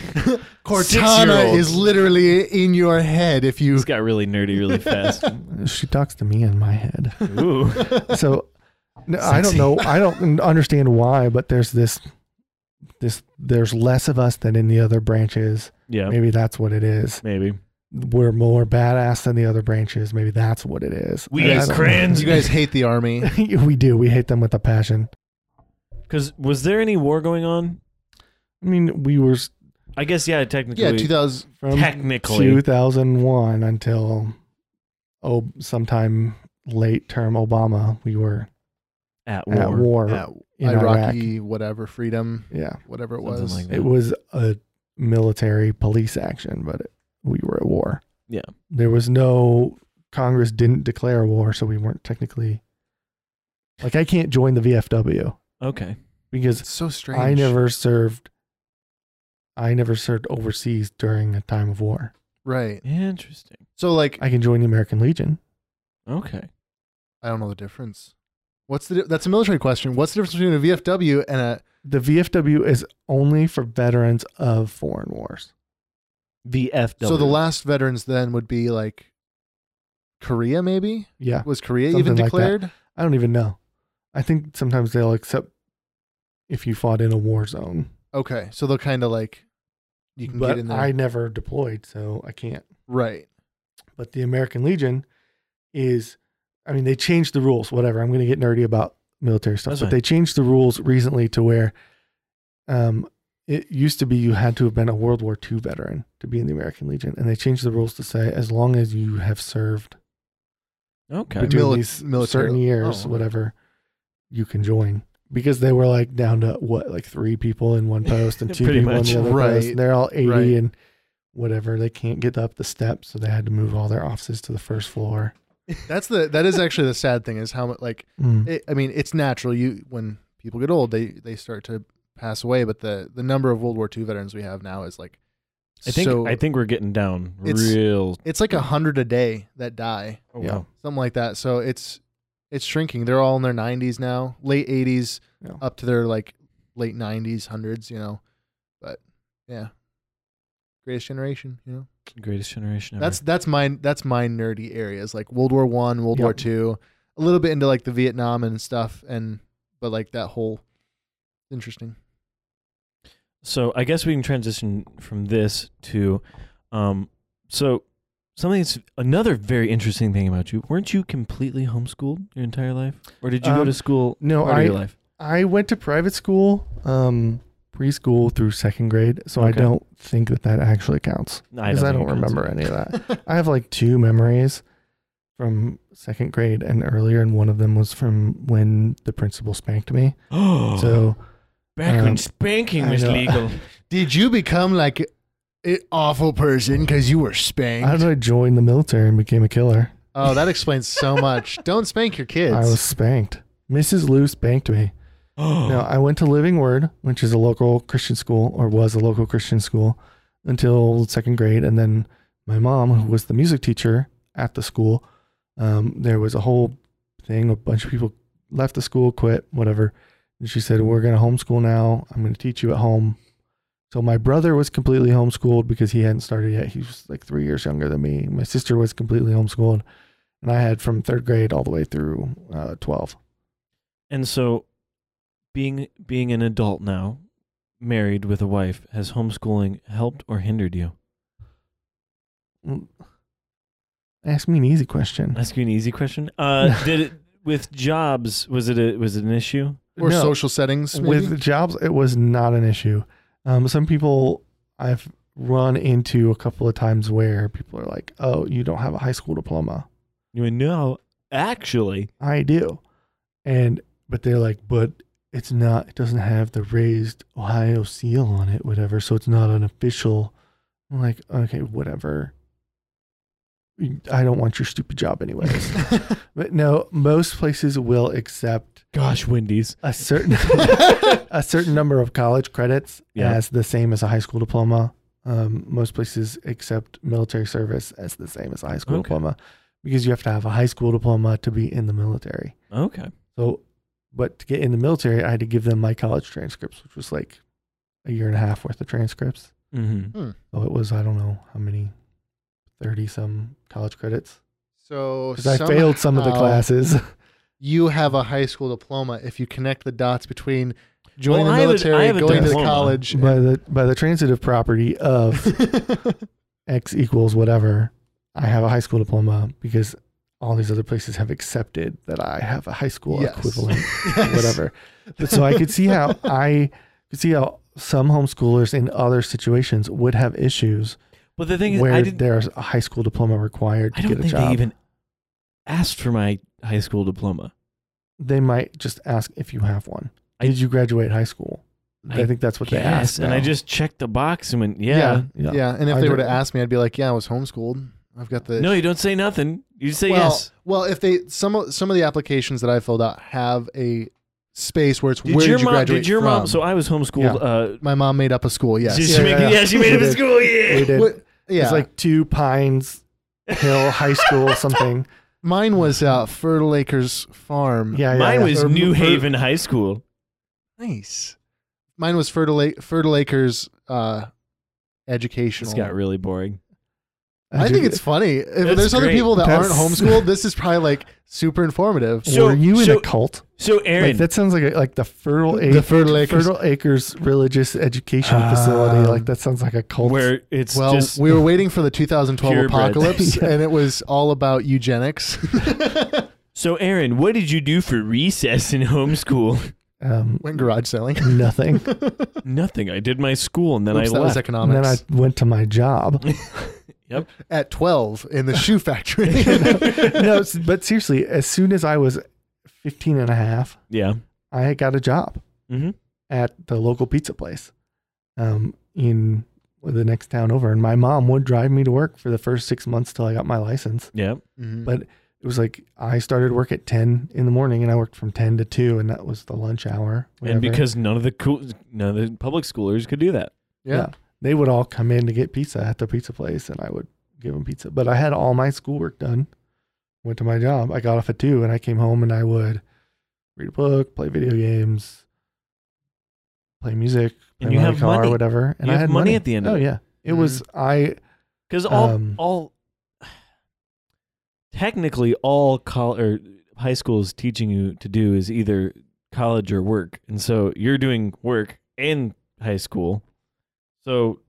Cortana
Six-year-olds.
is literally in your head if you
This got really nerdy really fast.
She talks to me in my head.
Ooh.
[LAUGHS] so no, I don't
Sexy.
know. I don't understand why, but there's this, this there's less of us than in the other branches.
Yeah,
Maybe that's what it is.
maybe.
We're more badass than the other branches. Maybe that's what it is.
We
I
got
don't
crayons.
you guys hate the army.
know. [LAUGHS] we do. We hate them with a passion.
Because was there any war going on?
I mean, we were s-
I guess yeah, technically.
Yeah, 2000.
from
technically.
2001 until oh, sometime late term Obama. We were
at
at
war.
war
Yeah,
in Iraq.
Iraqi, whatever, freedom,
Yeah,
whatever it
Something
was.
like that.
It was a military police action, but it, we were at war.
Yeah.
There was no Congress didn't declare war, so we weren't technically like I can't join the VFW
Okay.
because
It's so strange.
I never served I never served overseas during a time of war.
Right.
Interesting.
So, like,
I can join the American Legion.
Okay.
I don't know the difference. What's the di- that's a military question. What's the difference between a VFW and a
The VFW is only for veterans of foreign wars.
VFW.
so the last veterans then would be like Korea maybe
Yeah.
was Korea
Something
even
like that.
declared?
I don't even know. I think sometimes they'll accept if you fought in a war zone.
okay, so they'll kind of like you can
but
get in there,
I never deployed, so I can't.
right?
But the American Legion is, I mean, they changed the rules. Whatever. I'm going to get nerdy about military stuff,
That's
but
fine.
they changed the rules recently to where, um, it used to be you had to have been a World War II veteran to be in the American Legion, and they changed the rules to say as long as you have served
Okay.
between
Mili-
these
military-
certain years,
oh.
whatever, you can join. Because they were like down to what, like three people in one
[LAUGHS]
post and two
Pretty
people
much.
in the other post.
Right.
And they're all eighty
Right.
and whatever. They can't get up the steps, so they had to move all their offices to the first floor.
[LAUGHS] That's the that is actually the sad thing is how much like
Mm.
it, I mean it's natural you when people get old they they start to pass away, but the the number of World War II veterans we have now is like
I think
so
I think we're getting down
It's-
real.
it's like a hundred a day that die,
Oh,
Yeah.
wow.
something like that. So it's it's shrinking. They're all in their 90s now, late 80s
Yeah.
up to their like late 90s, hundreds. You know, but yeah, greatest generation. You know,
Greatest generation ever.
that's that's my that's my nerdy areas like World War One, World
Yep.
War Two, a little bit into like the Vietnam and stuff, and but like that whole interesting.
so I guess we can transition from this to um so something that's another very interesting thing about you. Weren't you completely homeschooled your entire life? Or did you go
Um,
to school
no,
part of
I-
your life?
I went to private school, um, preschool through second grade, so I
Okay.
don't think that that actually counts because I,
think
don't
it counts.
remember
[GASPS]
any of that.
[LAUGHS]
I have like two memories from second grade and earlier, and one of them was from when the principal spanked me.
Oh,
So
back
um,
when spanking
I
was
know.
legal. [GASPS]
Did you become like an awful person because you were spanked?
how did I join the military and became a killer?
Oh, that explains so
[LAUGHS]
much. Don't spank your kids.
I was spanked. Mrs. Lou spanked me. [LAUGHS]
Oh.
No, I went to Living Word, which is a local Christian school, or was a local Christian school, until second grade. And then my mom, who was the music teacher at the school, um, there was a whole thing. A bunch of people left the school, quit, whatever. And she said, We're going to homeschool now. I'm going to teach you at home. So my brother was completely homeschooled because he hadn't started yet. He was like three years younger than me. My sister was completely homeschooled. And I had from third grade all the way through uh, 12.
And so being being an adult now, married with a wife, has homeschooling helped or hindered you?
Ask me an easy question.
Ask you an easy question.
[LAUGHS]
Uh did it with jobs was it a was it an issue?
or
No.
social settings. Maybe?
with the jobs it was not an issue um, some people i've run into a couple of times where people are like oh you don't have a high school diploma
You went, no, actually.
i do and but they're like but it's not it doesn't have the raised ohio seal on it whatever so it's not an official i'm like okay whatever You- i don't want your stupid job anyways
[LAUGHS]
but no most places will accept
Gosh, Wendy's.
a certain a certain number of college credits
Yeah.
as the same as a high school diploma. Um, most places accept military service as the same as a high school
Okay.
diploma because you have to have a high school diploma to be in the military.
Okay.
So, but to get in the military, I had to give them my college transcripts, which was like a year and a half worth of transcripts.
Mm-hmm.
So it was, I don't know how many, 30 some college credits
so
because I failed some of the
somehow
[LAUGHS]
classes.
You have a high school diploma if you connect the dots between joining
Well,
the
I have a- I
military,
have a
going to the
diploma.
college.
by the by the transitive property of
[LAUGHS]
x equals whatever i have a high school diploma because all these other places have accepted that i have a high school
Yes.
[LAUGHS]
equivalent [LAUGHS]
Yes.
whatever but so i could see
[LAUGHS]
how i could see how some homeschoolers in other situations would have issues
But the thing is, I
where
didn't.
there's a high school diploma required to
I don't
get a
think
job
they even asked for my high school diploma.
They might just ask if you have one
I-
did you graduate high school i,
I
think that's what they
Yes,
asked
and I
now.
just checked the box and went, yeah.
Yeah.
yeah,
Yeah, and if
I
they
don't-
were to ask me, I'd be like, "Yeah, I was homeschooled. I've got the
No, you don't say nothing. You say
well,
yes.
Well, if they some of some of the applications that I filled out have a space where it's
Did
where
your
did you
mom?
graduate
Did your mom?
from?
So I was homeschooled.
Yeah.
Uh,
my mom made up a school. Yes.
Did she
Yeah,
make
yeah,
it?
yeah.
Yeah, she made [LAUGHS] it
She
in
did.
school.
We
Yeah.
did.
What- yeah.
It's like two pines hill high school
[LAUGHS]
or something.
mine was uh, Fertile Acres Farm.
Yeah, yeah.
Mine
yeah.
was
Or
New
Mo- Fer-
Haven High School.
Nice. Mine was Fertile, Ac- Fertile Acres uh, educational.
This got really boring.
I think it's funny. If
It's
there's other
great.
people that
That's-
aren't homeschooled, this is probably like super informative.
So-
Were you in
so-
a cult?
So
Like
Aaron,
that sounds like a, like the fertile
The
Ac-
Fertile Acres.
fertile acres religious education facility.
Um,
Like that sounds like a cult.
Ah. where it's
Well,
just [LAUGHS]
we were waiting for the 2012
Purebred. [LAUGHS]
apocalypse,
Yeah.
and it was all about eugenics.
So, Aaron, what did you do for recess in homeschool?
um,
Went garage selling.
nothing.
Nothing. I did my school and then
Oops,
I
that was
left.
and
economics.
then I went to
[LAUGHS]
my job.
yep.
At 12 in the shoe
[LAUGHS]
factory.
no, s- but seriously, as soon as I was 15 and a half,
Yeah.
I got a job
Mm-hmm.
at the local pizza place um, in the next town over. And my mom would drive me to work for the first six months till I got my license.
Yeah.
Mhm.
But it was like I started work at 10 in the morning and I worked from 10 to 2, and that was the lunch hour.
And
whatever.
because none of the cool, none of the public schoolers could do that.
yeah.
they would all come in to get pizza at the pizza place and I would give them pizza. But I had all my schoolwork done, went to my job. I got off at two and I came home and I would read a book, play video games, play music, play
And you
my
have
guitar
money.
or whatever. And
You
I
have
had
money at the end of
Oh,
it. Mm-hmm.
yeah. It was, I,
Because all
Um,
all technically all col- or high school is teaching you to do is either college or work, and so you're doing work and high school, so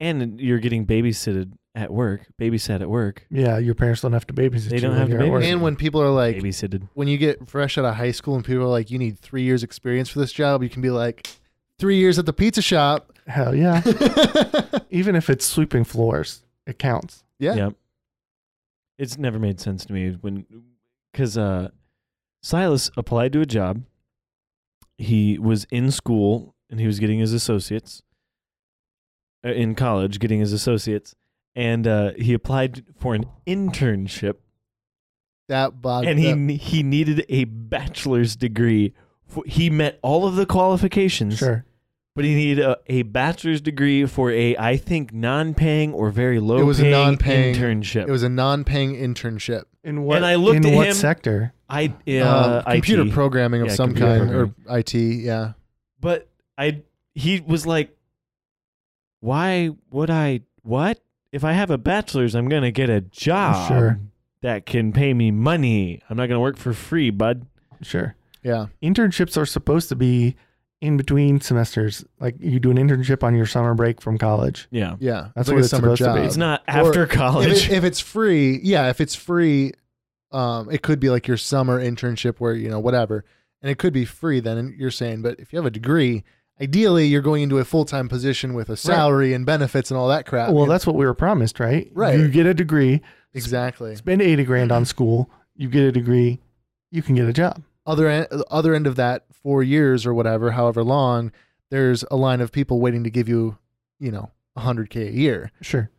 and you're getting babysitted at work, babysat at work,
yeah, your parents don't have to babysit
They
you
don't
when
have to
you're at work.
babysit.
And when people are like,
babysitted.
when you get fresh out of high school and people are like, you need three years experience for this job, you can be like, three years at the pizza
[LAUGHS]
shop.
Hell yeah.
yeah.
Even if it's sweeping floors, it counts.
Yeah. It's never made sense to me when because uh, Silas applied to a job. He was in school and he was getting his associates uh, in college, getting his associates, and uh, he applied for an internship,
That bothered
and he
that-
ne- he needed a bachelor's degree. For, he met all of the qualifications,
Sure.
but he needed a, a bachelor's degree for a I think non-paying or very low.
was a non-paying-
internship.
It was a non-paying internship.
In what,
I looked
in
at
what
him-
sector?
I uh,
Um, computer
IT.
programming of
Yeah,
some
computer
kind or IT. Yeah.
but I he was like, why would I what if I have a bachelor's? I'm gonna get a job
Sure.
that can pay me money. I'm not gonna work for free, bud.
Sure.
Yeah.
internships are supposed to be in between semesters. Like you do an internship on your summer break from college.
Yeah,
Yeah.
That's
like a
what it's
summer
supposed to be.
job.
it's not after
Um, If,
college.
it- if it's free, yeah, if it's free, um, it could be like your summer internship where, you know, whatever. And it could be free then and you're saying, but if you have a degree, ideally you're going into a full time position with a salary and benefits and all that crap.
well,
And-
that's what we were promised, right?
Uh, Right.
You get a degree,
exactly.
spend 80 grand on school, you get a degree, you can get a job.
Other end, other end of that four years or whatever, however long, there's a line of people waiting to give you, you know, hundred K a year.
Sure.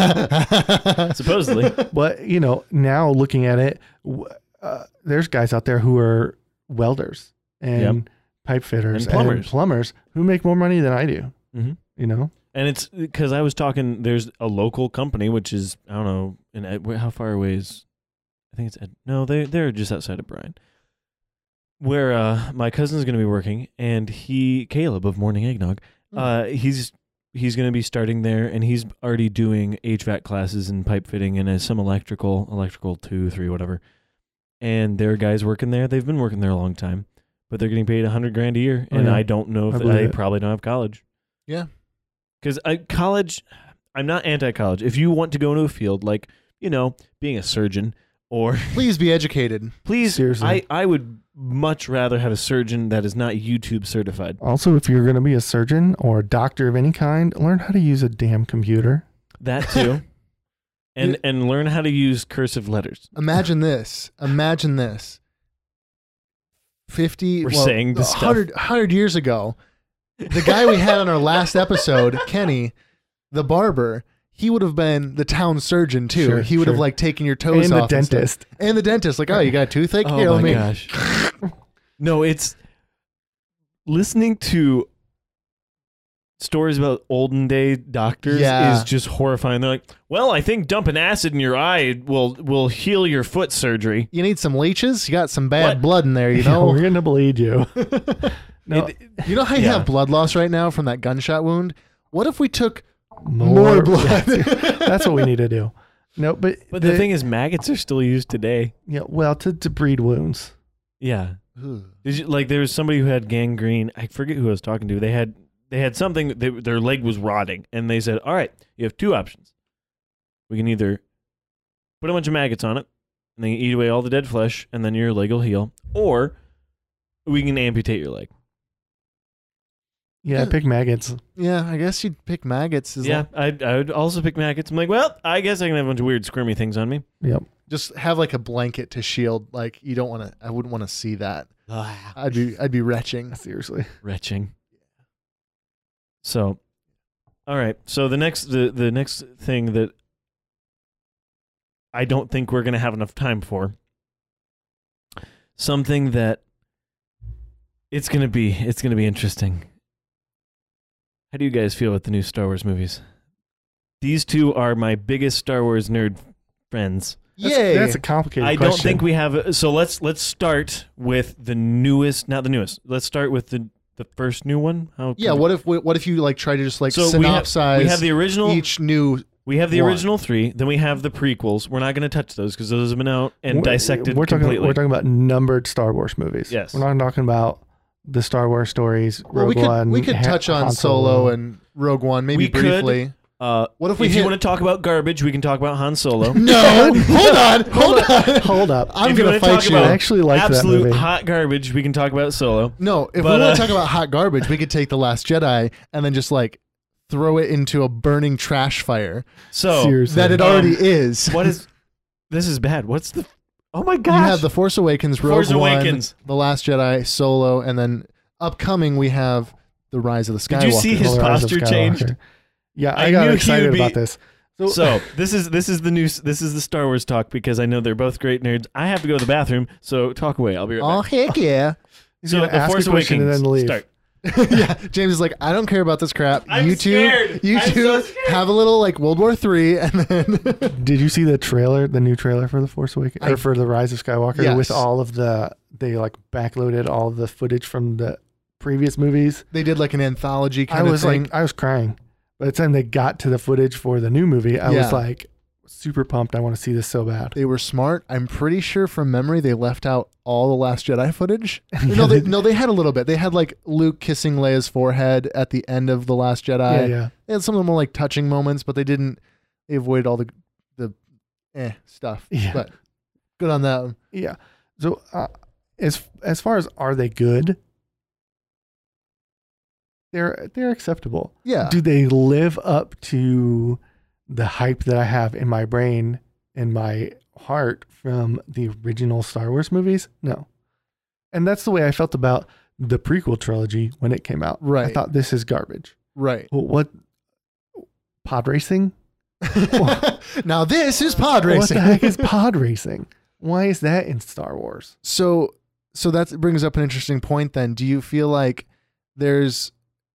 [LAUGHS]
Supposedly,
But, you know, now looking at it, w- uh, there's guys out there who are welders and pipe fitters
And plumbers.
plumbers who make more money than I do.
Mhm.
You know,
and it's because I was talking. There's a local company which is I don't know, in Ed- how far away is? I think it's Ed, no, they they're just outside of Bryan. Where uh, my cousin's going to be working, and he Caleb of Morning Eggnog,
Mm.
uh, he's he's going to be starting there, and he's already doing HVAC classes and pipe fitting and uh, some electrical, electrical two, three, whatever. And there are guys working there. They've been working there a long time, but they're getting paid a hundred grand a year,
Oh,
and
yeah.
I don't know
I
if
believe
I,
it.
probably don't have college.
Yeah.
because I college, I'm not anti-college. If you want to go into a field like you know being a surgeon or [LAUGHS]
Please be educated.
please,
Seriously.
I I would much rather have a surgeon that is not YouTube certified.
also, if you're going to be a surgeon or a doctor of any kind, learn how to use a damn computer.
That too. and and learn how to use cursive letters.
Imagine this. Imagine this. 50
We're
well,
saying this stuff.
100, 100 years ago, the guy we had on our last episode, Kenny, the barber, he would have been the town surgeon too.
Sure,
he would have
sure.
like taken your toes
and
off
the
stuff.
dentist.
And, the dentist like, "Oh, you got a toothache? Here, let me."
gosh. no, it's listening to stories about olden day doctors
Yeah.
is just horrifying. They're like, "Well, I think dumping acid in your eye will will heal your foot surgery."
You need some leeches? You got some bad
What?
blood in there, you
[LAUGHS] Yeah,
know?
we're gonna
[LAUGHS]
bleed you. no,
It-
you know how you
Yeah.
have blood loss right now from that gunshot wound? What if we took
more,
more blood? [LAUGHS]
[LAUGHS] That's what we need to do. No, but
but the, thing is maggots are still used today.
yeah, well, to, to breed wounds.
Yeah.
Ooh.
Did you, like there was somebody who had gangrene. I forget who I was talking to. They had they had something. They, their leg was rotting, and they said, "All right, you have two options. We can either put a bunch of maggots on it, and then eat away all the dead flesh, and then your leg will heal, or we can amputate your leg."
Yeah, I pick maggots.
Yeah, I guess you'd pick maggots. As
yeah, I I would also pick maggots. I'm like, well, I guess I can have a bunch of weird squirmy things on me.
Yep.
just have like a blanket to shield. Like you don't want to. I wouldn't want to see that. I'd be I'd be retching.
Seriously.
retching. So, all right. So the next the the next thing that I don't think we're gonna have enough time for something that it's gonna be it's gonna be interesting. How do you guys feel about the new Star Wars movies? These two are my biggest Star Wars nerd friends.
That's,
Yay!
that's a complicated
I
question.
don't think we have so let's let's start with the newest, not the newest. Let's start with the the first new one. How
yeah. What if what if you like try to just like
So we have-
synopsize
we have the original
each new?
we have the
one.
original 3, then we have the prequels. We're not going to touch those cuz those have been out and
We're-
dissected
We're talking.
completely.
We're talking about numbered Star Wars movies.
Yes.
We're not talking about the Star Wars stories. Rogue
Well, we could
One,
we could
Han-
touch on
Han
Solo and Rogue One maybe
We could-
briefly.
uh
What if we
if
hit?
you want to talk about garbage, we can talk about Han
[LAUGHS]
Solo.
no,
[LAUGHS]
hold on, hold on.
Hold up.
[LAUGHS] I'm
If you
gonna
wanna talk
fight you.
about
I actually liked that
Absolute
movie.
hot garbage, we can talk about Solo.
No, if
But,
we want
uh,
to talk about hot garbage, we could take the Last Jedi and then just like throw it into a burning trash fire
So
Seriously.
that it
Um,
already is.
What is this is bad. What's the Oh my
You
gosh.
have the Force Awakens, Rogue
Force
One,
Awakens.
the Last Jedi, Solo, and then upcoming we have the Rise of the Skywalker.
Did you see his
Rise of
posture
Skywalker.
changed?
Yeah,
I
I, got
knew he would
excited
be-
about this. So,
so this is this is the new this is the Star Wars talk because I know they're both great nerds. I have to go to the bathroom, so talk away. I'll be right
Oh
back.
heck
[LAUGHS]
yeah!
he's
so
gonna
the
ask
Force
a question and
Awakens.
then leave.
Start.
yeah, James is like, I don't care about this crap.
I'm
you two,
scared.
you
I'm
two
so scared."
have a little like World War Three, [LAUGHS] and then
Did you see the trailer, the new trailer for the Force Awakens
I-
or for the Rise of Skywalker
Yes.
with all of the they like backloaded all the footage from the previous movies?
they did like an anthology
I
kind
was
of thing.
like, I was crying. By the time they got to the footage for the new movie, I
Yeah.
was like, super pumped. I want to see this so bad.
they were smart. I'm pretty sure from memory they left out all the Last Jedi footage. [LAUGHS] no, they, no, they had a little bit. They had like Luke kissing Leia's forehead at the end of the Last Jedi.
yeah, yeah.
They had some of the more like touching moments, but they didn't. They avoided all the the eh stuff.
Yeah.
But good on that. one.
Yeah. So uh, as as far as are they good? They're they're acceptable.
Yeah.
Do they live up to the hype that I have in my brain and my heart from the original Star Wars movies? No. And that's the way I felt about the prequel trilogy when it came out. I
Right.
thought this is garbage. [LAUGHS]
right. [LAUGHS]
Well, what pod racing?
now this is pod
What
racing.
the heck
[LAUGHS]
is pod racing? Why is that in Star Wars?
so so that brings up an interesting point then do you feel like there's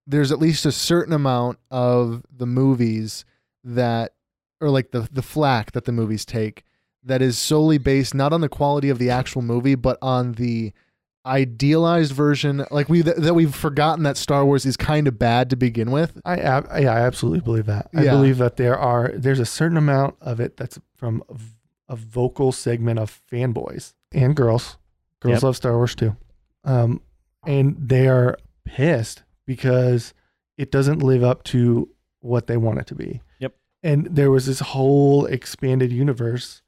there's at least a certain amount of the movies that or like the the flack that the movies take that is solely based not on the quality of the actual movie but on the idealized version like we that, that we've forgotten that Star Wars is kind of bad to begin with
I ab- yeah, I absolutely believe that. I
Yeah.
believe that there are there's a certain amount of it that's from a v- a vocal segment of fanboys and girls. Girls
Yep.
love Star Wars too, um, and they are pissed because it doesn't live up to what they want it to be.
Yep.
And there was this whole expanded universe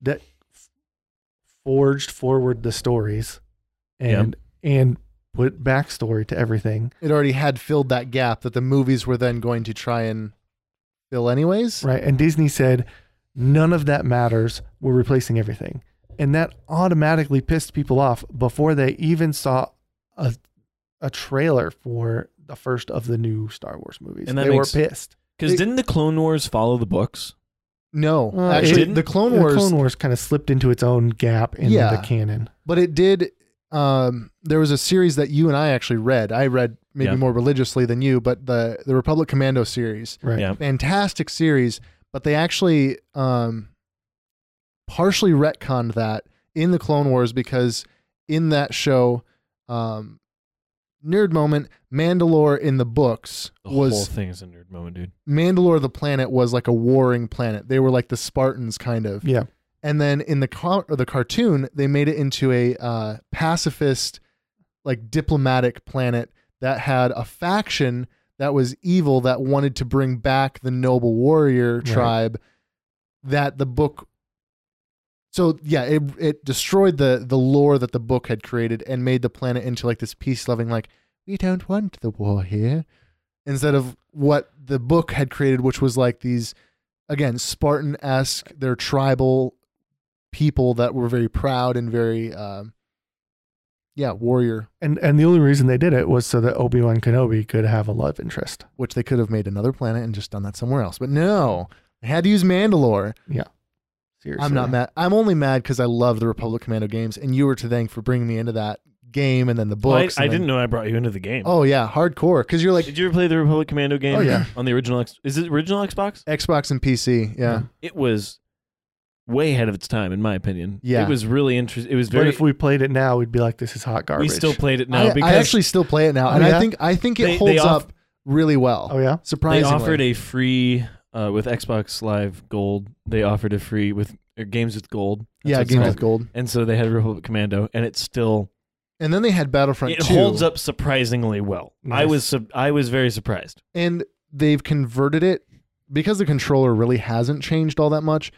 that f- forged forward the stories,
Yep.
and and put backstory to everything.
it already had filled that gap that the movies were then going to try and fill anyways
Right. And Disney said, none of that matters. We're replacing everything. And that automatically pissed people off before they even saw a, a trailer for the first of the new Star Wars movies.
And that
they
makes-
were pissed.
Because didn't the Clone Wars follow the books?
no
Uh, it
actually
didn't?
the Clone
the
Wars
Clone Wars kind of slipped into its own gap in
Yeah.
the canon.
but it did um there was a series that you and I actually read. I read maybe
Yeah.
more religiously than you, but the the Republic Commando series.
Right.
Yeah.
Fantastic series, but they actually um partially retconned that in the Clone Wars because in that show um nerd moment Mandalore in the books
The whole
was
thing is a nerd moment, dude.
Mandalore the planet was like a warring planet. They were like the Spartans kind of
Yeah.
and then in the car- or the cartoon they made it into a uh, pacifist like diplomatic planet that had a faction that was evil that wanted to bring back the noble warrior tribe that the book so yeah it it destroyed the the lore that the book had created and made the planet into like this peace loving like we don't want the war here instead of what the book had created which was like these again spartan-esque they're tribal people that were very proud and very um yeah warrior
And and the only reason they did it was so that Obi Wan Kenobi could have a love interest.
which they could have made another planet and just done that somewhere else but no they had to use mandalore
Seriously.
i'm not mad i'm only mad because i love the republic commando games and you were to thank for bringing me into that game and then the books.
I, I
and then-
didn't know I brought you into the game.
Oh yeah, hardcore. Because you're like
Did you ever play the Republic Commando game?
Oh, yeah.
On the original, X- is it original Xbox?
Xbox and PC. Yeah.
It was way ahead of its time, in my opinion.
Yeah.
It was really interesting. It was
But
very.
if we played it now, we'd be like, this is hot
we
garbage.
still played it now
I,
because
I actually still play it now,
Oh,
and I
yeah?
think I think it
They- they
holds
off-
up really well.
Oh yeah.
Surprisingly,
They offered a free uh, with Xbox Live Gold. They offered a free with or games with gold. That's
yeah,
what it's
Games
called.
with Gold,
And so they had Republic Commando, and it still
and then they had Battlefront.
it
2,
holds up surprisingly well. I
Nice.
was sub- I was very surprised.
and they've converted it because the controller really hasn't changed all that much.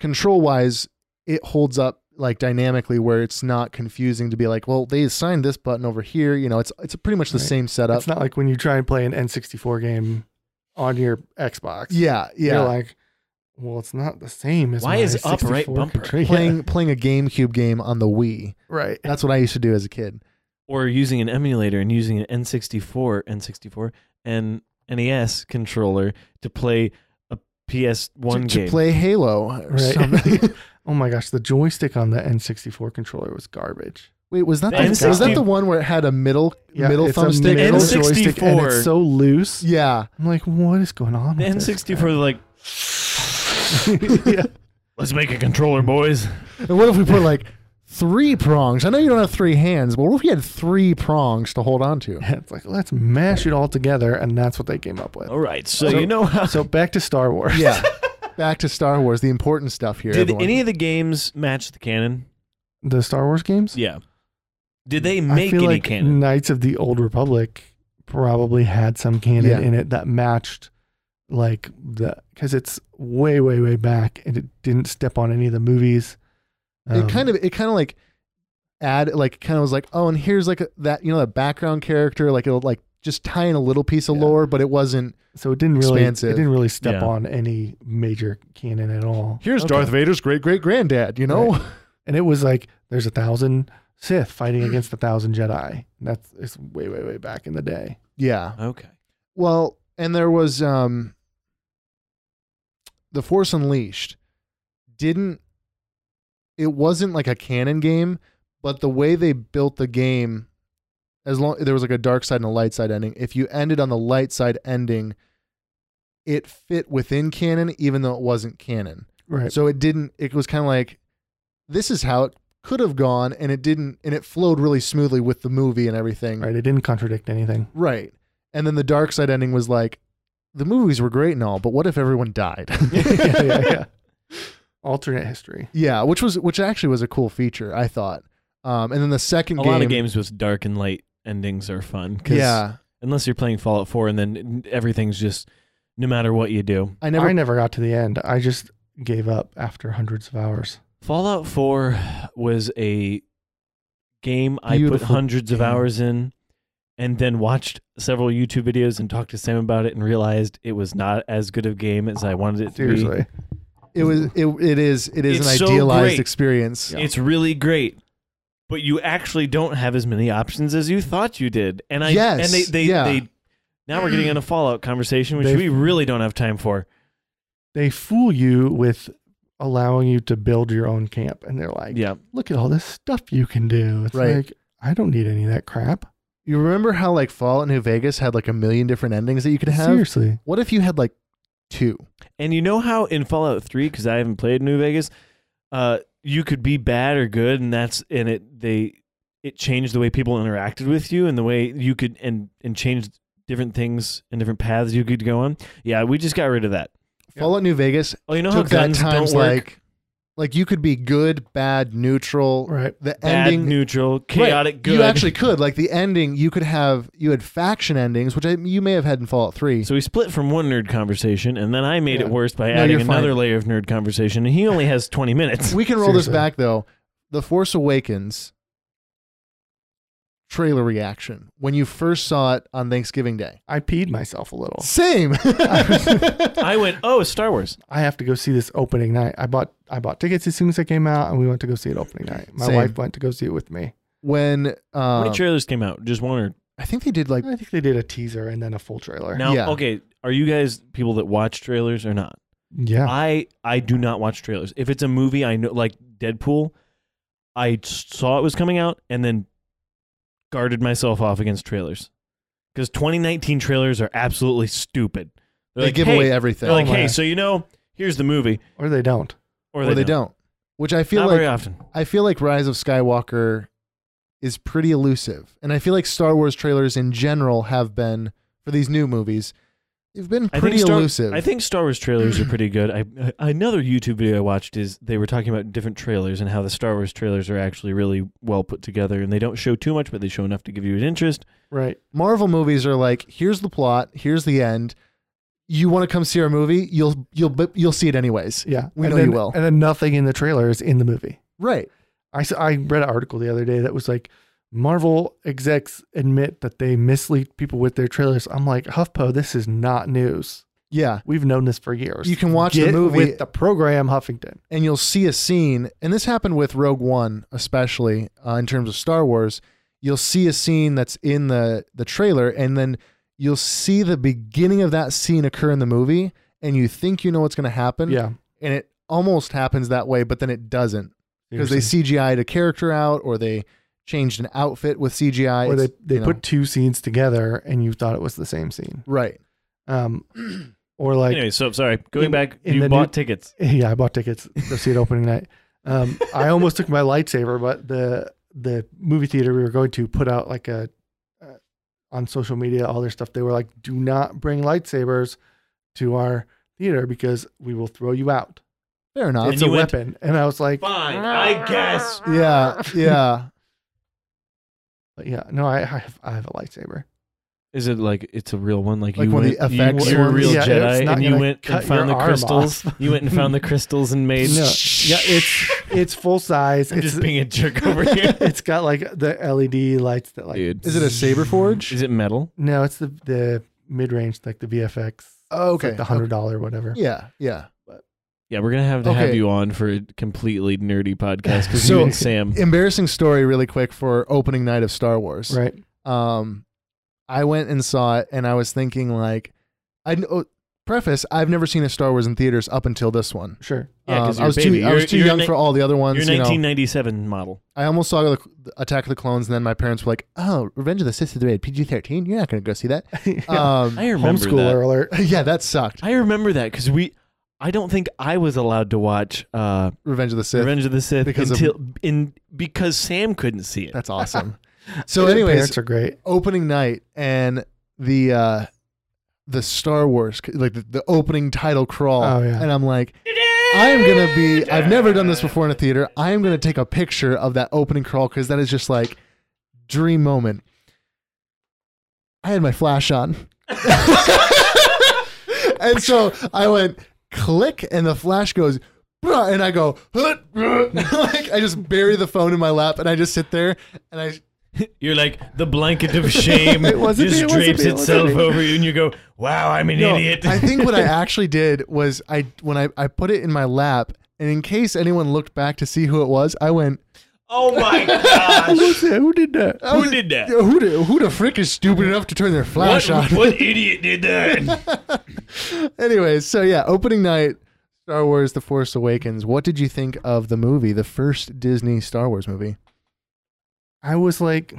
Control wise, it holds up like dynamically, where it's not confusing to be like, well, they assigned this button over here. You know, it's it's pretty much the
Right.
same setup.
It's not like when you try and play an N64 game on your Xbox.
yeah, yeah.
You're like, well, it's not the same as
Why
my
is up right
64
bumper?
control- Yeah,
[LAUGHS] playing playing a GameCube game on the Wii.
right?
That's what I used to do as a kid.
Or using an emulator and using an N64, N64, and NES E controller to play a PS1
to,
game.
to play Halo. Or [LAUGHS]
Right.
something.
[LAUGHS] Oh my gosh, the joystick on the N64 controller was garbage.
Wait, was that the,
The N64
was that the one where it had a middle middle
it's a
thumbstick?
middle
N64.
joystick, and it's so loose.
Yeah,
I'm like, what is going on?
the
with
N64, they're like,
This crap? [LAUGHS] yeah.
let's make a
[LAUGHS]
controller, boys.
and what if we put like three prongs? I know you don't have three hands, but what if we had three prongs to hold on to?
It's like let's mash it all together, and that's what they came up with.
All right, so,
So-
you know how.
So back to Star Wars.
Yeah, [LAUGHS] back to Star Wars, the important stuff here.
Did
everyone.
any of the games match the canon?
The Star Wars games.
Yeah. Did they make
I feel
any
like
canon?
Knights of the Old Republic probably had some canon
Yeah.
in it that matched like the because it's way way way back and it didn't step on any of the movies. Um,
it kind of it kind of like add like kind of was like oh, and here's like a, that you know that background character like it'll like just tie in a little piece of
Yeah.
lore, but it wasn't.
so it didn't really
expansive.
it didn't really step
Yeah.
on any major canon at all.
Here's
Okay.
Darth Vader's great great granddad. You know,
And it was like there's a thousand Sith fighting against a thousand Jedi. That's it's way way way back in the day.
[LAUGHS] yeah.
Okay.
Well, and there was um The Force Unleashed didn't it wasn't like a canon game, but the way they built the game as long there was like a dark side and a light side ending. If you ended on the light side ending, it fit within canon even though it wasn't canon.
Right.
So it didn't. It was kind of like, this is how it could have gone, and it didn't, and it flowed really smoothly with the movie and everything.
Right. It didn't contradict anything.
Right. And then the dark side ending was like, the movies were great and all, but what if everyone
[LAUGHS]
died?
yeah, yeah, yeah. Alternate history.
yeah, which was which actually was a cool feature, I thought. Um, and then the second
A
game,
lot of games with dark and light endings are fun. 'cause
yeah,
Unless you're playing Fallout 4 and then everything's just, no matter what you do.
I never.
I never got to the end. I just gave up after hundreds of hours.
Fallout 4 was a game I put
Beautiful
hundreds of
game.
hours in and then watched several YouTube videos and talked to Sam about it and realized it was not as good of a game as I wanted it to be.
Seriously.
it was it, it is it is
It's
an
so
idealized
great.
experience.
Yeah.
It's really great. But you actually don't have as many options as you thought you did. And I
Yes,
and they they,
yeah.
they now we're getting in a Fallout conversation, which
They've-
we really don't have time for.
They fool you with allowing you to build your own camp and they're like,
Yeah.
look at all this stuff you can do. It's
Right.
like I don't need any of that crap.
You remember how like Fallout New Vegas had like a million different endings that you could have?
Seriously.
What if you had like two?
And you know how in Fallout 3 cuz I haven't played New Vegas, uh you could be bad or good and that's and it they it changed the way people interacted with you and the way you could and and changed different things and different paths you could go on. Yeah, we just got rid of that.
Yeah.
Fallout New Vegas
Oh, you know
took
how
that
guns
times
don't work.
like like you could be good, bad, neutral.
Right.
The
bad,
ending
neutral,
Right.
chaotic, good.
You actually could like the ending. You could have you had faction endings, which I, you may have had in Fallout Three.
So we split from one nerd conversation, and then I made
Yeah.
it worse by
No,
adding
you're fine.
another layer of nerd conversation, and he only has 20 minutes.
we can roll this
Seriously.
back though. The Force Awakens trailer reaction when you first saw it on Thanksgiving Day.
I peed myself a little.
Same.
[LAUGHS] [LAUGHS] I went, oh, Star Wars.
I have to go see this opening night. I bought I bought tickets as soon as it came out and we went to go see it opening night. My
Same.
wife went to go see it with me.
when
How
um,
many trailers came out? Just one or
I think they did like
I think they did a teaser and then a full trailer.
now?
Yeah.
Okay, are you guys people that watch trailers or not?
Yeah.
I I do not watch trailers. If it's a movie, I know like Deadpool, I saw it was coming out, and then guarded myself off against trailers because 2019 trailers are absolutely stupid. They're
they
like,
give
"Hey,"
away everything,
They're like,
Oh my.
hey, so you know, here's the movie,
or they don't.
or,
or they, don't. Which I feel
Not
like
very often.
I feel like Rise of Skywalker is pretty elusive, and I feel like Star Wars trailers in general have been for these new movies. They've been
I
pretty
think Star,
elusive.
I think Star Wars trailers are pretty good. I, I another YouTube video I watched is they were talking about different trailers and how the Star Wars trailers are actually really well put together and they don't show too much, but they show enough to give you an interest.
Right.
Marvel movies are like, here's the plot, here's the end. You want to come see our movie? You'll you'll but you'll see it anyways.
Yeah.
We
and
know you
then-
will.
And then nothing in the trailer is in the movie.
Right.
I, s- I read an article the other day that was like, Marvel execs admit that they mislead people with their trailers. I'm like, HuffPo, this is not news.
Yeah.
We've known this for years.
You can watch
Get
the movie
with the program Huffington.
and you'll see a scene, and this happened with Rogue One, especially uh, in terms of Star Wars. You'll see a scene that's in the the trailer, and then you'll see the beginning of that scene occur in the movie, and you think you know what's going to happen,
Yeah.
and it almost happens that way, but then it doesn't because they CGI'd a character out, or they changed an outfit with CGI.
or they,
It's,
they
you know,
put two scenes together and you thought it was the same scene.
right. [CLEARS THROAT]
Um, or like,
anyway, so sorry, going
in-
back,
in
you
the
bought
new-
tickets.
[LAUGHS] yeah, I bought tickets to see it opening night. Um, I almost took my lightsaber, but the the movie theater we were going to put out like a uh, on social media all their stuff. They were like, "Do not bring lightsabers to our theater because we will throw you out.
Fair enough.
It's
you
a
went-
weapon." and I was like,
Fine, I guess.
yeah, yeah.
but "Yeah, no, I, I have I have a lightsaber.
Is it like it's a real one? Like,
Like
you
one of
went,
the
you,
FX
you're a
ones?
real
Yeah, it's
Jedi,
not
and you
gonna
went
cut
and found the
your arm
crystals.
off.
You went and
[LAUGHS]
found the crystals and made. [LAUGHS]
No, yeah, it's it's full size.
I'm
It's
just being a jerk
[LAUGHS]
over here.
it's got like the LED lights that like
Dude.
Is it a saber forge?
Is it metal?
no, it's the the mid range like the VFX.
Oh,
It's
okay.
like the hundred dollar whatever.
Yeah, yeah.
Yeah, we're gonna have to have
Okay.
you on for a completely nerdy podcast because
So-
you and Sam.
Embarrassing story, really quick for opening night of Star Wars.
Right.
um i went and saw it and i was thinking like i kn- oh, preface i've never seen a star wars in theaters up until this one
Sure. [LAUGHS]
Yeah, 'cause
um,
you're
i was
a baby.
too i was
You're-
too
you're
young
ni-
for all the other
Your
ones you know
1997 model.
i almost saw the, the attack of the clones and then my parents were like oh revenge of the sith is rated pg-13 you're not going to go see
[LAUGHS]
that
Uh,
yeah.
um [LAUGHS]
I remember
Homeschooler alert. [LAUGHS]
yeah, that sucked.
that. I remember that because we. I don't think I was allowed to watch uh,
Revenge of the Sith.
Revenge of the Sith
because of-
until in because Sam couldn't see it. [LAUGHS]
That's awesome. so,
Your
anyways,
parents are great.
opening night and the uh the Star Wars like the, the opening title crawl
Oh, yeah.
and I'm like I am going to be I've never done this before in a theater. I am going to take a picture of that opening crawl cuz that is just like dream moment. I had my flash on. [LAUGHS] and so I went click and the flash goes "Bruh," and I go [LAUGHS] like I just bury the phone in my lap and I just sit there and I
You're like the
[LAUGHS]
blanket of shame
It wasn't
just
me, it wasn't
drapes
me, it wasn't
itself
me.
over you, and you go, "Wow, I'm an idiot."
I think what I actually did was I when I, I put it in my lap, and in case anyone looked back to see who it was, I went,
[LAUGHS] oh
[LAUGHS]
my gosh,
Who said- [LAUGHS] who did that?
I was-
did that?
Yo, Who the, who the frick is stupid enough to turn their flash on? [LAUGHS]
what idiot did that?
Anyways, so yeah, opening night, Star Wars: The Force Awakens. What did you think of the movie, the first Disney Star Wars movie?
I was like,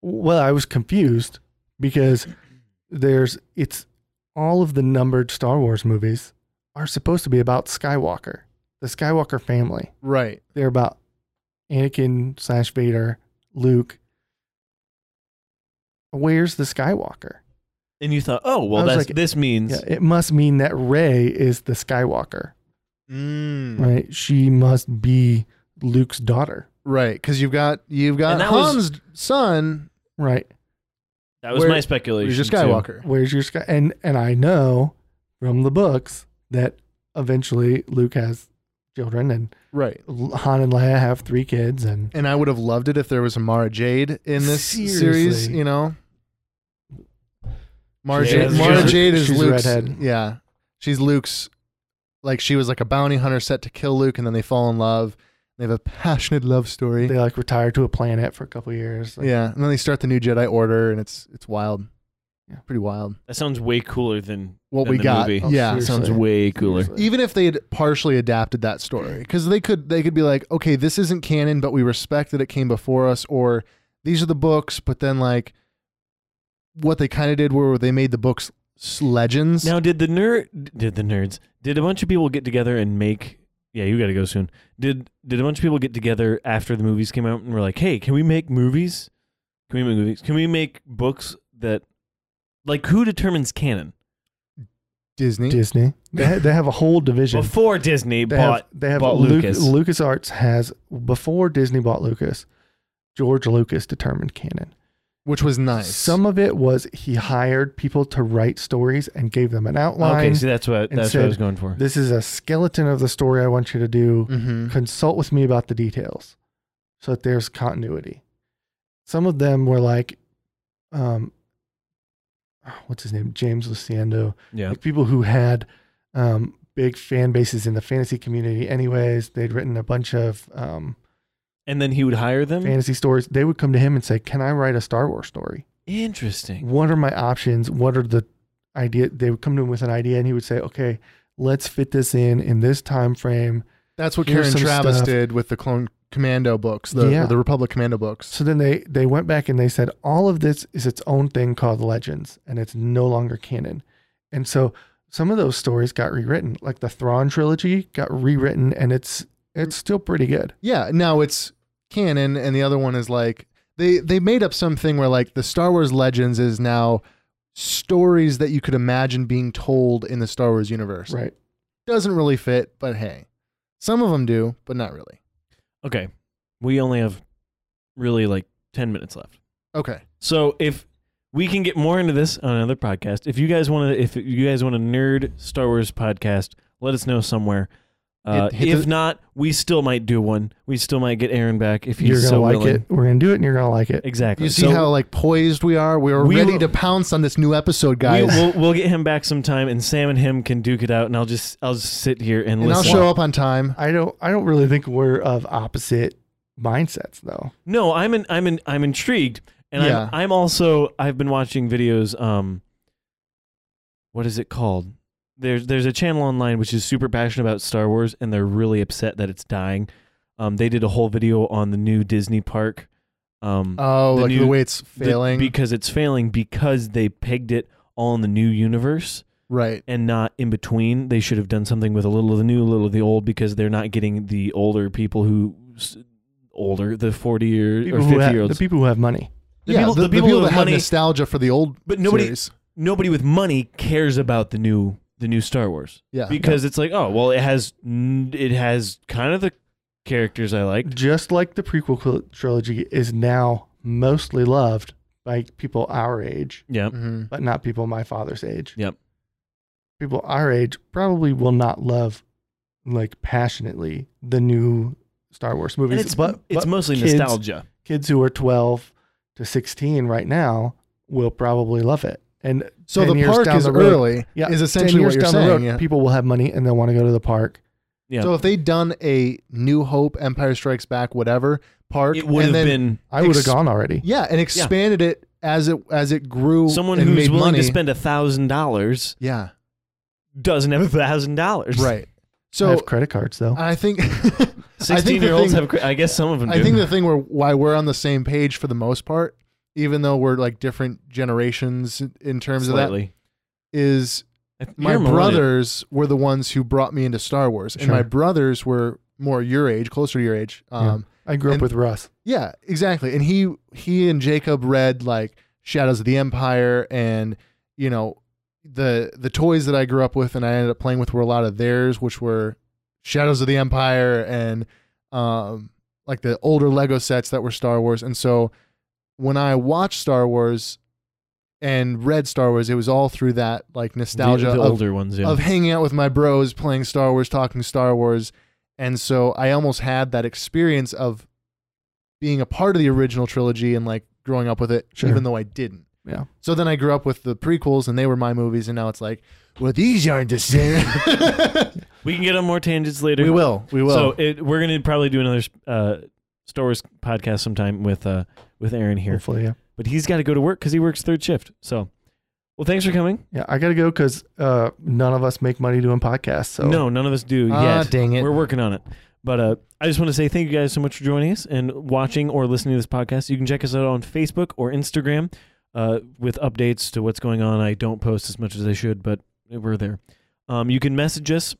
well, I was confused because there's it's all of the numbered Star Wars movies are supposed to be about Skywalker, the Skywalker family.
Right.
They're about Anakin slash Vader, Luke. Where's the Skywalker?
And you thought, "Oh,
I
well,
was
that's
like-
this means."
Yeah, it must mean that Rey is the Skywalker,
Mm.
right? She must be Luke's daughter,
Right, because you've got you've got
And that was-
Han's son,
right?
That was
Where-
my speculation.
who's your
too.
Skywalker.
Where's your sky? And and I know from the books that eventually Luke has children, and
Right.
L- Han and Leia have three kids, and
And I would have loved it if there was a Mara Jade in this series,
Seriously.
you know. Mara,
She
Jade,
is-
Mara
she's-
Jade is
she's a
Luke's.
redhead.
Yeah. She's Luke's like she was like a bounty hunter set to kill Luke and then they fall in love. They have a passionate love story.
they like retire to a planet for a couple years. Like,
yeah. And then they start the new Jedi Order and it's it's wild. Pretty wild.
That sounds way cooler than
What
than
we
the
got.
Movie.
Oh, Yeah.
That sounds way cooler.
Seriously.
Even if they had partially adapted that story, because they could they could be like, okay, this isn't canon, but we respect that it came before us, or these are the books, but then like what they kind of did were they made the books s- legends.
Now, did the nerd? Did the nerds? Did a bunch of people get together and make? Yeah, you got to go soon. Did did a bunch of people get together after the movies came out and were like, "Hey, can we make movies? Can we make movies? Can we make books that, like, who determines canon?
Disney.
Disney. They, ha- they have a whole division.
Before Disney
They
bought,
have, they have
bought
Luc-
Lucas.
LucasArts has before Disney bought Lucas, George Lucas determined canon.
which was nice.
Some of it was he hired people to write stories and gave them an outline.
okay, see, that's what
and
that's what I
said,
was going for.
this is a skeleton of the story I want you to do.
hmm
Consult with me about the details so that there's continuity. Some of them were like, um, ah, what's his name? James Luciando.
yeah,
like people who had um, big fan bases in the fantasy community anyways they'd written a bunch of um,
and then he would hire them.
fantasy stories they would come to him and say can i write a star wars story
Interesting.
what are my options what are the idea they would come to him with an idea and he would say okay let's fit this in in this time frame
That's what
Here's
Karen
some
Travis
stuff.
did with the Clone Commando books, the
Yeah.
the Republic Commando books.
so then they they went back and they said all of this is its own thing called legends and it's no longer canon and so some of those stories got rewritten like the Thrawn trilogy got rewritten and it's it's still pretty good
Yeah, now it's canon, and the other one is like they they made up something where like the Star Wars Legends is now stories that you could imagine being told in the Star Wars universe.
Right.
Doesn't really fit, but hey, some of them do, but not really.
Okay, we only have really like ten minutes left.
Okay,
So if we can get more into this on another podcast, if you guys want to, if you guys want a nerd Star Wars podcast, let us know somewhere. Uh,
Hit- hit
if
the-
not, we still might do one. We still might get Aaron back if he's
You're gonna
so
like
willing.
it. We're gonna do it, and you're gonna like it.
Exactly.
you see
So
how like poised we are. We are
We
ready
will-
to pounce on this new episode,
we,
guys.
will we'll get him back sometime, and Sam and him can duke it out, and I'll just I'll just sit here and,
and I'll
listen.
show up on time.
I don't. I don't really think we're of opposite mindsets, though.
No, I'm in, I'm in, I'm intrigued, and
Yeah.
I'm, I'm also I've been watching videos. Um, what is it called? There's there's a channel online which is super passionate about Star Wars, and they're really upset that it's dying. Um, they did a whole video on the new Disney park. Um,
Oh,
The
like
new-
the way it's
the-
failing,
because it's failing because they pegged it all in the new universe
right?
and not in between. They should have done something with a little of the new, a little of the old, because they're not getting the older people who. s- Older, the forty year
People
or
who
fifty
have,
year
the
olds.
people who have money.
The
yeah,
people-
the,
the
the
people with
that have
money-
nostalgia for the old,
But nobody-
series.
nobody with money cares about the new the new Star Wars
yeah,
because it's like oh well it has n- it has kind of the characters I liked
Just like the prequel quil- trilogy is now mostly loved by people our age,
yeah
Mhm.
but not people my father's age.
Yep.
People our age probably will not love, like passionately, the new Star Wars
and
movies.
it's
but
it's
but
mostly
kids-
nostalgia
Kids who are twelve to sixteen right now will probably love it. And
So
10
the
years
park
down
is
the road-
early.
Yeah,
is
10
essentially what
years
you're
down the
saying.
road,
yeah.
People will have money and they'll want to go to the park.
yeah
So if they'd done a New Hope, Empire Strikes Back, whatever park,
it would
and then-
have been
I would have
Ex-
gone already.
yeah, and expanded it as it as it grew.
someone
and
who's
made
willing
money.
to spend a thousand dollars
Yeah,
[LAUGHS] doesn't have a thousand dollars
right.
I
So
have credit cards though.
I think [LAUGHS] I
sixteen
think the
year olds
thing-
have cre- I guess some of them
I
do.
think the thing where why we're on the same page for the most part, even though we're like different generations in terms of
slightly
that, is
If
my
you're a millennial-
brothers were the ones who brought me into Star Wars, and my
Sure.
brothers were more your age, closer to your age.
Yeah.
Um,
I grew
and-
up with Russ.
Yeah, exactly. And he he and Jacob read like Shadows of the Empire and you know the the toys that I grew up with and I ended up playing with were a lot of theirs, which were Shadows of the Empire and um like the older Lego sets that were Star Wars. And so when I watched Star Wars and read Star Wars, it was all through that like nostalgia
the, the
of,
older ones yeah
of hanging out with my bros, playing Star Wars, talking Star Wars. And so I almost had that experience of being a part of the original trilogy and like growing up with it,
Sure.
even though I didn't.
Yeah.
So then I grew up with the prequels and they were my movies. And now it's like, well, these aren't the
[LAUGHS]
same.
we can get on more tangents later
we will. We will.
so it, we're gonna probably do another uh, Star Wars podcast sometime with uh with Aaron here
Hopefully, yeah.
but he's got to go to work because he works third shift. So Well, thanks for coming.
Yeah, I gotta go because uh, none of us make money doing podcasts. So
No, none of us do
Ah,
yet.
dang it.
We're working on it. But uh, I just want to say thank you guys so much for joining us and watching or listening to this podcast. You can check us out on Facebook or Instagram uh, with updates to what's going on. I don't post as much as I should, but we're there. Um, you can message us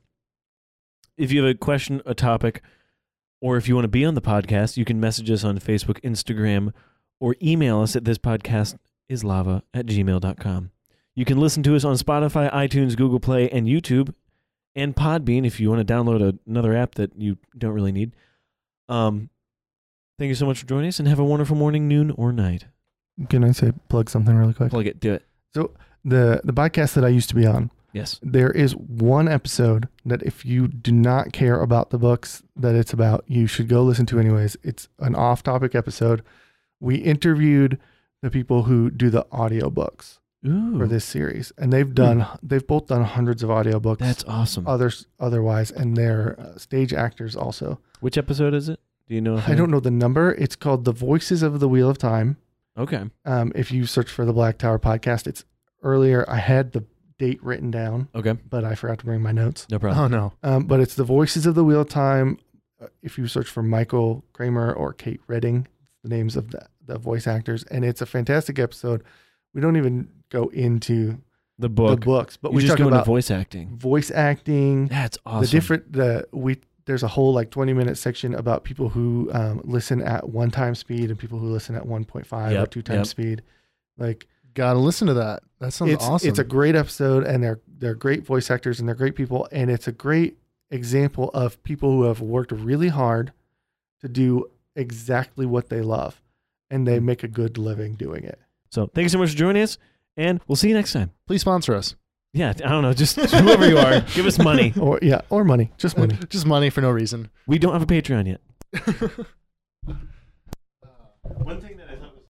if you have a question, a topic, or if you want to be on the podcast. You can message us on Facebook, Instagram, or email us at this podcast is lava at gmail.com. You can listen to us on Spotify, iTunes, Google Play, and YouTube and Podbean if you want to download a, another app that you don't really need. Um, thank you so much for joining us, and have a wonderful morning, noon, or night.
Can I say plug something really quick?
Plug it, do it.
The the podcast that I used to be on,
Yes.
there is one episode that if you do not care about the books that it's about, you should go listen to anyways. It's an off-topic episode. We interviewed the people who do the audiobooks
Ooh,
for this series, and they've done they've both done hundreds of audiobooks.
that's awesome.
others otherwise, and they're uh, stage actors also.
Which episode is it? Do you know?
I don't know the number. It's called The Voices of the Wheel of Time.
Okay.
Um, if you search for the Black Tower podcast, it's earlier. I had the date written down,
Okay.
but I forgot to bring my notes.
No problem.
Oh no.
Um, but it's The Voices of the Wheel of Time. Uh, If you search for Michael Kramer or Kate Redding, the names of the, the voice actors, and it's a fantastic episode. We don't even go into
The book.
the books, but
you
we
just
talk
go
about
into voice acting.
voice acting,
That's awesome.
the different the we there's a whole like 20 minute section about people who um, listen at one time speed and people who listen at 1.5 or
Yep,
two times
yep.
speed like
Gotta listen to that. That sounds
it's
awesome.
it's a great episode and they're they're great voice actors and they're great people and it's a great example of people who have worked really hard to do exactly what they love and
Hmm.
they make a good living doing it
So thank you so much for joining us, and we'll see you next time.
Please sponsor us.
Yeah, I don't know.
[LAUGHS]
Just whoever you are, give us money.
or yeah or money just money
[LAUGHS] Just money for no reason. [LAUGHS]
We don't have a Patreon yet. One thing